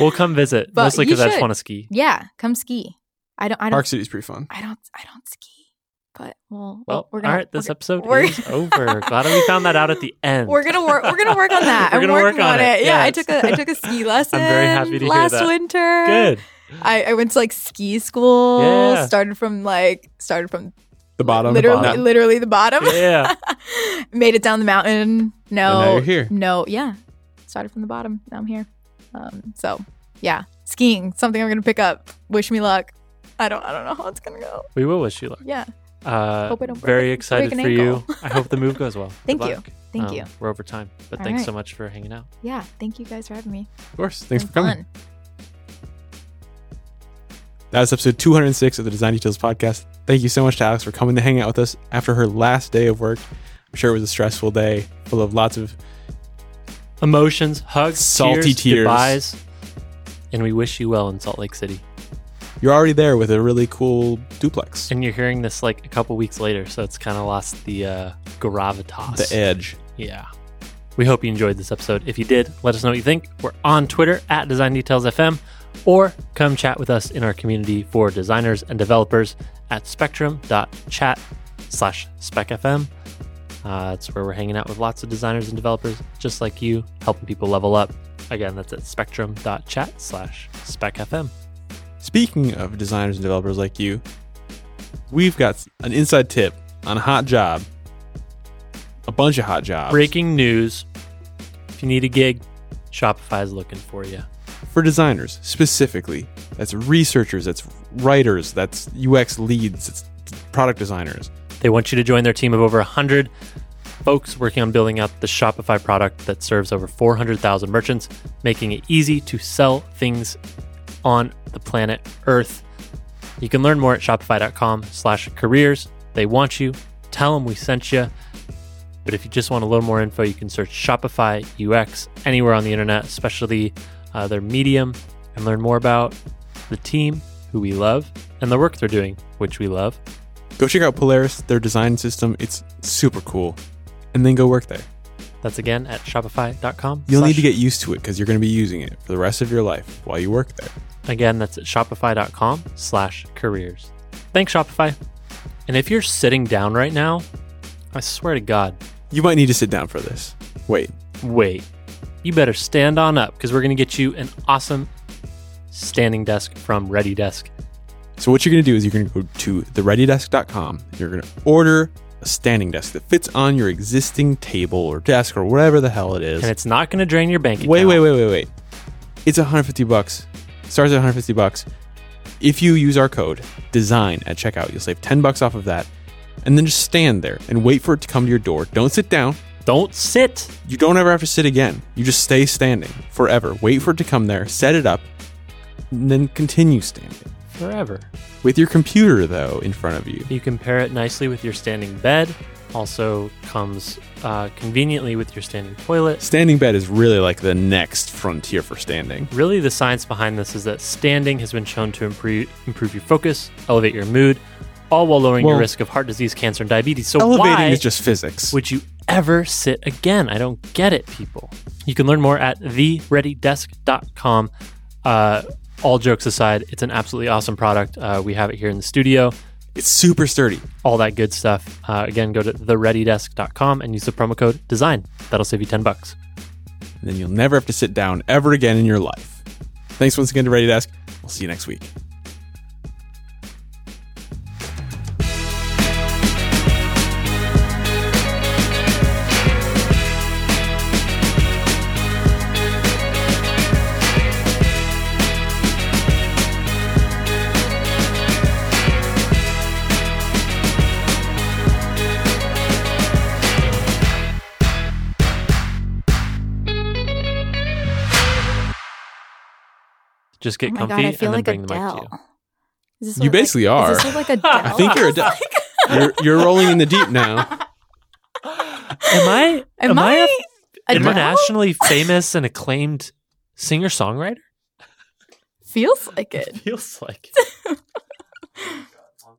Speaker 2: We'll come visit
Speaker 3: But
Speaker 2: mostly
Speaker 3: you
Speaker 2: because I just
Speaker 3: should.
Speaker 2: want to ski.
Speaker 3: yeah, come ski. I don't I don't
Speaker 1: Park City's pretty fun.
Speaker 3: I don't I don't ski. But we'll
Speaker 2: Well,
Speaker 3: we're gonna
Speaker 2: all right. This
Speaker 3: we're,
Speaker 2: episode
Speaker 3: we're-
Speaker 2: is over. Glad we found that out at the end.
Speaker 3: we're gonna work we're gonna work on that.
Speaker 2: We're
Speaker 3: I'm
Speaker 2: gonna
Speaker 3: working
Speaker 2: work on it.
Speaker 3: Yeah, I
Speaker 2: Yes.
Speaker 3: took a I took a ski lesson
Speaker 2: very happy to hear
Speaker 3: last
Speaker 2: that.
Speaker 3: winter.
Speaker 2: Good.
Speaker 3: I, I went to like ski school.
Speaker 2: Yeah.
Speaker 3: Started from like started from
Speaker 1: The bottom.
Speaker 3: literally
Speaker 1: No.
Speaker 3: literally the bottom.
Speaker 2: Yeah.
Speaker 3: Made it down the mountain.
Speaker 1: And
Speaker 3: No,
Speaker 1: now you're here.
Speaker 3: no, yeah. Started from the bottom. Now I'm here. Um, so yeah, skiing something I'm gonna pick up. Wish me luck. I don't I don't know how it's gonna go.
Speaker 2: We will wish you luck.
Speaker 3: Yeah,
Speaker 2: Uh,
Speaker 3: Hope I don't break
Speaker 2: very
Speaker 3: it-
Speaker 2: excited
Speaker 3: break an
Speaker 2: for you.
Speaker 3: ankle.
Speaker 2: I hope the move goes well. Good
Speaker 3: Thank you.
Speaker 2: luck.
Speaker 3: thank
Speaker 1: Oh.
Speaker 2: Um,
Speaker 3: you.
Speaker 2: We're over time, but
Speaker 3: All
Speaker 2: thanks
Speaker 3: right.
Speaker 2: so much for hanging out.
Speaker 3: Yeah, thank you guys for having me.
Speaker 1: Of course. Thanks
Speaker 3: It's
Speaker 1: for coming.
Speaker 3: fun. Oh
Speaker 1: That was episode 206 of the Design Details Podcast. Thank you so much to Alex for coming to hang out with us after her last day of work. I'm sure it was a stressful day full of lots of
Speaker 2: Emotions, hugs,
Speaker 1: Salty
Speaker 2: tears,
Speaker 1: tears.
Speaker 2: goodbyes, and we wish you well in Salt Lake City.
Speaker 1: you're already there with a really cool duplex.
Speaker 2: And you're hearing this like a couple weeks later, so it's kind of lost the uh, gravitas.
Speaker 1: The edge.
Speaker 2: Yeah. We hope you enjoyed this episode. If you did, let us know what you think. We're on Twitter at Design Details FM, or come chat with us in our community for designers and developers at spectrum.chat slash specfm. Uh, it's where we're hanging out with lots of designers and developers just like you, helping people level up. Again, that's at spectrum.chat slash specfm.
Speaker 1: Speaking of designers and developers like you, we've got an inside tip on a hot job. A bunch of hot jobs.
Speaker 2: Breaking news. If you need a gig, Shopify is looking for you.
Speaker 1: for designers specifically. That's researchers, that's writers, that's UX leads, it's product designers.
Speaker 2: They want you to join their team of over 100 folks working on building out the Shopify product that serves over 400,000 merchants, making it easy to sell things on the planet Earth. You can learn more at shopify.com slash careers. They want you. Tell them we sent you. But if you just want a little more info, you can search Shopify UX anywhere on the internet, especially uh, their medium, and learn more about the team, who we love, and the work they're doing, which we love.
Speaker 1: Go check out Polaris, their design system. It's super cool. And then go work there.
Speaker 2: That's again at shopify.com.
Speaker 1: You'll need
Speaker 2: slash-
Speaker 1: to get used to it because you're going to be using it for the rest of your life while you work there.
Speaker 2: again, that's at shopify.com slash careers. Thanks, Shopify. And if you're sitting down right now, I swear to God,
Speaker 1: You might need to sit down for this. Wait,
Speaker 2: wait, you better stand on up because we're going to get you an awesome standing desk from Ready Desk.
Speaker 1: So what you're going to do is you're going to go to thereadydesk.com. You're going to order a standing desk that fits on your existing table or desk or whatever the hell it is.
Speaker 2: And it's not going to drain your bank account.
Speaker 1: Wait, wait, wait, wait, wait. It's 150 bucks. Starts at 150 bucks. If you use our code design at checkout, you'll save 10 bucks off of that. And then just stand there and wait for it to come to your door. Don't sit down.
Speaker 2: Don't sit.
Speaker 1: You don't ever have to sit again. You just stay standing forever. Wait for it to come there, set it up, and then continue standing.
Speaker 2: Forever.
Speaker 1: With your computer though in front of you.
Speaker 2: You can pair it nicely with your standing bed. Also comes uh, conveniently with your standing toilet.
Speaker 1: Standing bed is really like the next frontier for standing.
Speaker 2: Really, the science behind this is that standing has been shown to improve improve your focus, elevate your mood, all while lowering your
Speaker 1: Well-
Speaker 2: risk of heart disease, cancer, and diabetes. So
Speaker 1: Elevating
Speaker 2: why
Speaker 1: is just physics.
Speaker 2: would you ever sit again? I don't get it, people. You can learn more at thereadydesk.com. Uh, all jokes aside, it's an absolutely awesome product. Uh, we have it here in the studio
Speaker 1: it's super sturdy.
Speaker 2: all that good stuff. Uh, again, go to thereadydesk.com and use the promo code DESIGN. That'll save you 10 bucks.
Speaker 1: And then you'll never have to sit down ever again in your life. Thanks once again to Ready Desk. We'll see you next week.
Speaker 2: Just get
Speaker 3: oh my
Speaker 2: comfy
Speaker 3: god, I
Speaker 2: and
Speaker 3: feel
Speaker 2: then
Speaker 3: like
Speaker 2: bring the mic
Speaker 3: Adele.
Speaker 2: to you.
Speaker 3: Is this
Speaker 1: You
Speaker 3: what, like-
Speaker 1: basically
Speaker 3: Is
Speaker 1: are.
Speaker 3: this what, like Adele?
Speaker 1: I
Speaker 2: Oh,
Speaker 1: think you're
Speaker 3: was
Speaker 1: Adele.
Speaker 3: like?
Speaker 1: You're, you're rolling in the deep now.
Speaker 2: Am I
Speaker 3: Am,
Speaker 2: am I
Speaker 3: I,
Speaker 2: a
Speaker 3: Adele?
Speaker 2: internationally famous and acclaimed singer songwriter?
Speaker 3: Feels like it.
Speaker 2: Feels like